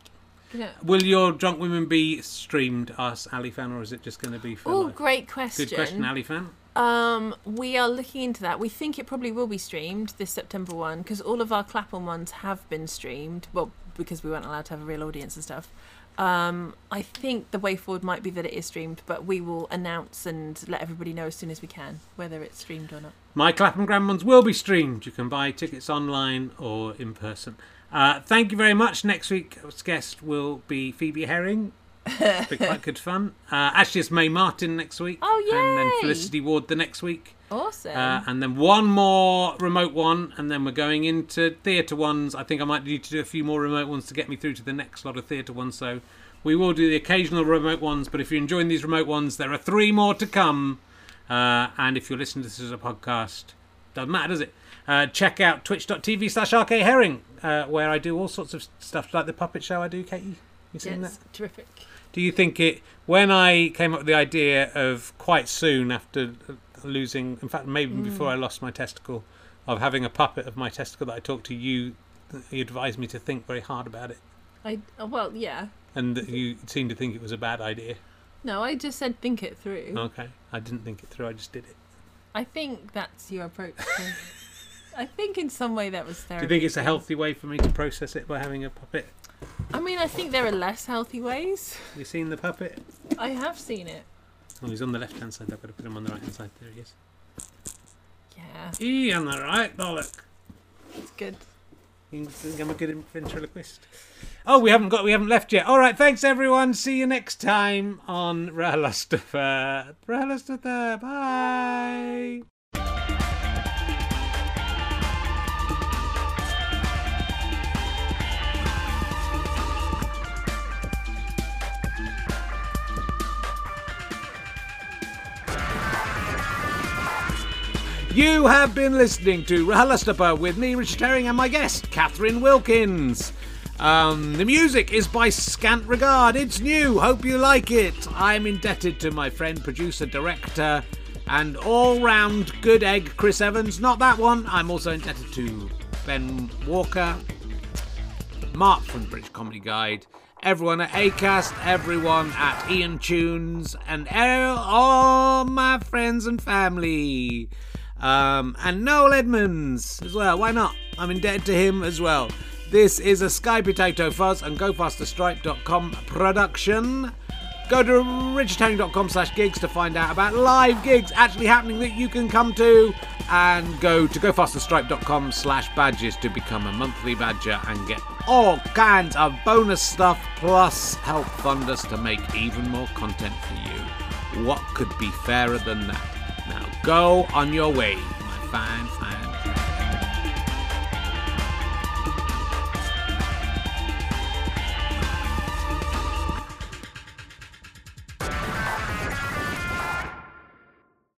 Speaker 2: Yeah.
Speaker 1: will your drunk women be streamed, us Ali fan, or is it just going to be for?
Speaker 2: Oh,
Speaker 1: live?
Speaker 2: great question.
Speaker 1: Good question, Ali fan.
Speaker 2: Um, we are looking into that. We think it probably will be streamed this September one because all of our Clapham ones have been streamed. Well, because we weren't allowed to have a real audience and stuff. Um, I think the way forward might be that it is streamed, but we will announce and let everybody know as soon as we can whether it's streamed or not.
Speaker 1: My Clapham Grandmons will be streamed. You can buy tickets online or in person. Uh, thank you very much. Next week's guest will be Phoebe Herring. It's been quite good fun. Uh, actually, it's Mae Martin next week.
Speaker 2: Oh,
Speaker 1: And then
Speaker 2: yay!
Speaker 1: Felicity Ward the next week.
Speaker 2: Awesome.
Speaker 1: Uh, and then one more remote one, and then we're going into theatre ones. I think I might need to do a few more remote ones to get me through to the next lot of theatre ones. So we will do the occasional remote ones, but if you're enjoying these remote ones, there are three more to come. Uh, and if you're listening to this as a podcast, doesn't matter, does it? Uh, check out twitch.tv slash RK Herring, uh, where I do all sorts of stuff like the puppet show I do, Katie. You seen that?
Speaker 2: yes, terrific.
Speaker 1: Do you think it, when I came up with the idea of quite soon after losing, in fact, maybe even before I lost my testicle, of having a puppet of my testicle that I talked to you, you advised me to think very hard about it.
Speaker 2: I oh, well, yeah.
Speaker 1: And that you seemed to think it was a bad idea.
Speaker 2: No, I just said think it through.
Speaker 1: Okay. I didn't think it through, I just did it.
Speaker 2: I think that's your approach. to- I think in some way that was
Speaker 1: Do you
Speaker 2: therapy.
Speaker 1: think it's a healthy way for me to process it by having a puppet?
Speaker 2: I mean, I think there are less healthy ways.
Speaker 1: Have you seen the puppet?
Speaker 2: I have seen it.
Speaker 1: Oh, he's on the left hand side. I've got to put him on the right hand side. There he is.
Speaker 2: Yeah,
Speaker 1: He on the right, bollock.
Speaker 2: it's good.
Speaker 1: You think I'm a good ventriloquist? Oh, we haven't got, we haven't left yet. All right, thanks everyone. See you next time on Rahalustafer. Rahalustafer, bye. You have been listening to Rahalastapa with me, Richard Herring, and my guest, Catherine Wilkins. Um, the music is by Scant Regard. It's new. Hope you like it. I'm indebted to my friend, producer, director, and all round good egg, Chris Evans. Not that one. I'm also indebted to Ben Walker, Mark from British Comedy Guide, everyone at ACAST, everyone at Ian Tunes, and all- all my friends and family. Um, and Noel Edmonds as well. Why not? I'm indebted to him as well. This is a Sky Potato Fuzz and GoFasterStripe.com production. Go to richardherring.com slash gigs to find out about live gigs actually happening that you can come to. And go to gofasterstripe.com slash badges to become a monthly badger and get all kinds of bonus stuff plus help fund us to make even more content for you. What could be fairer than that? Now go on your way, my fine, fine.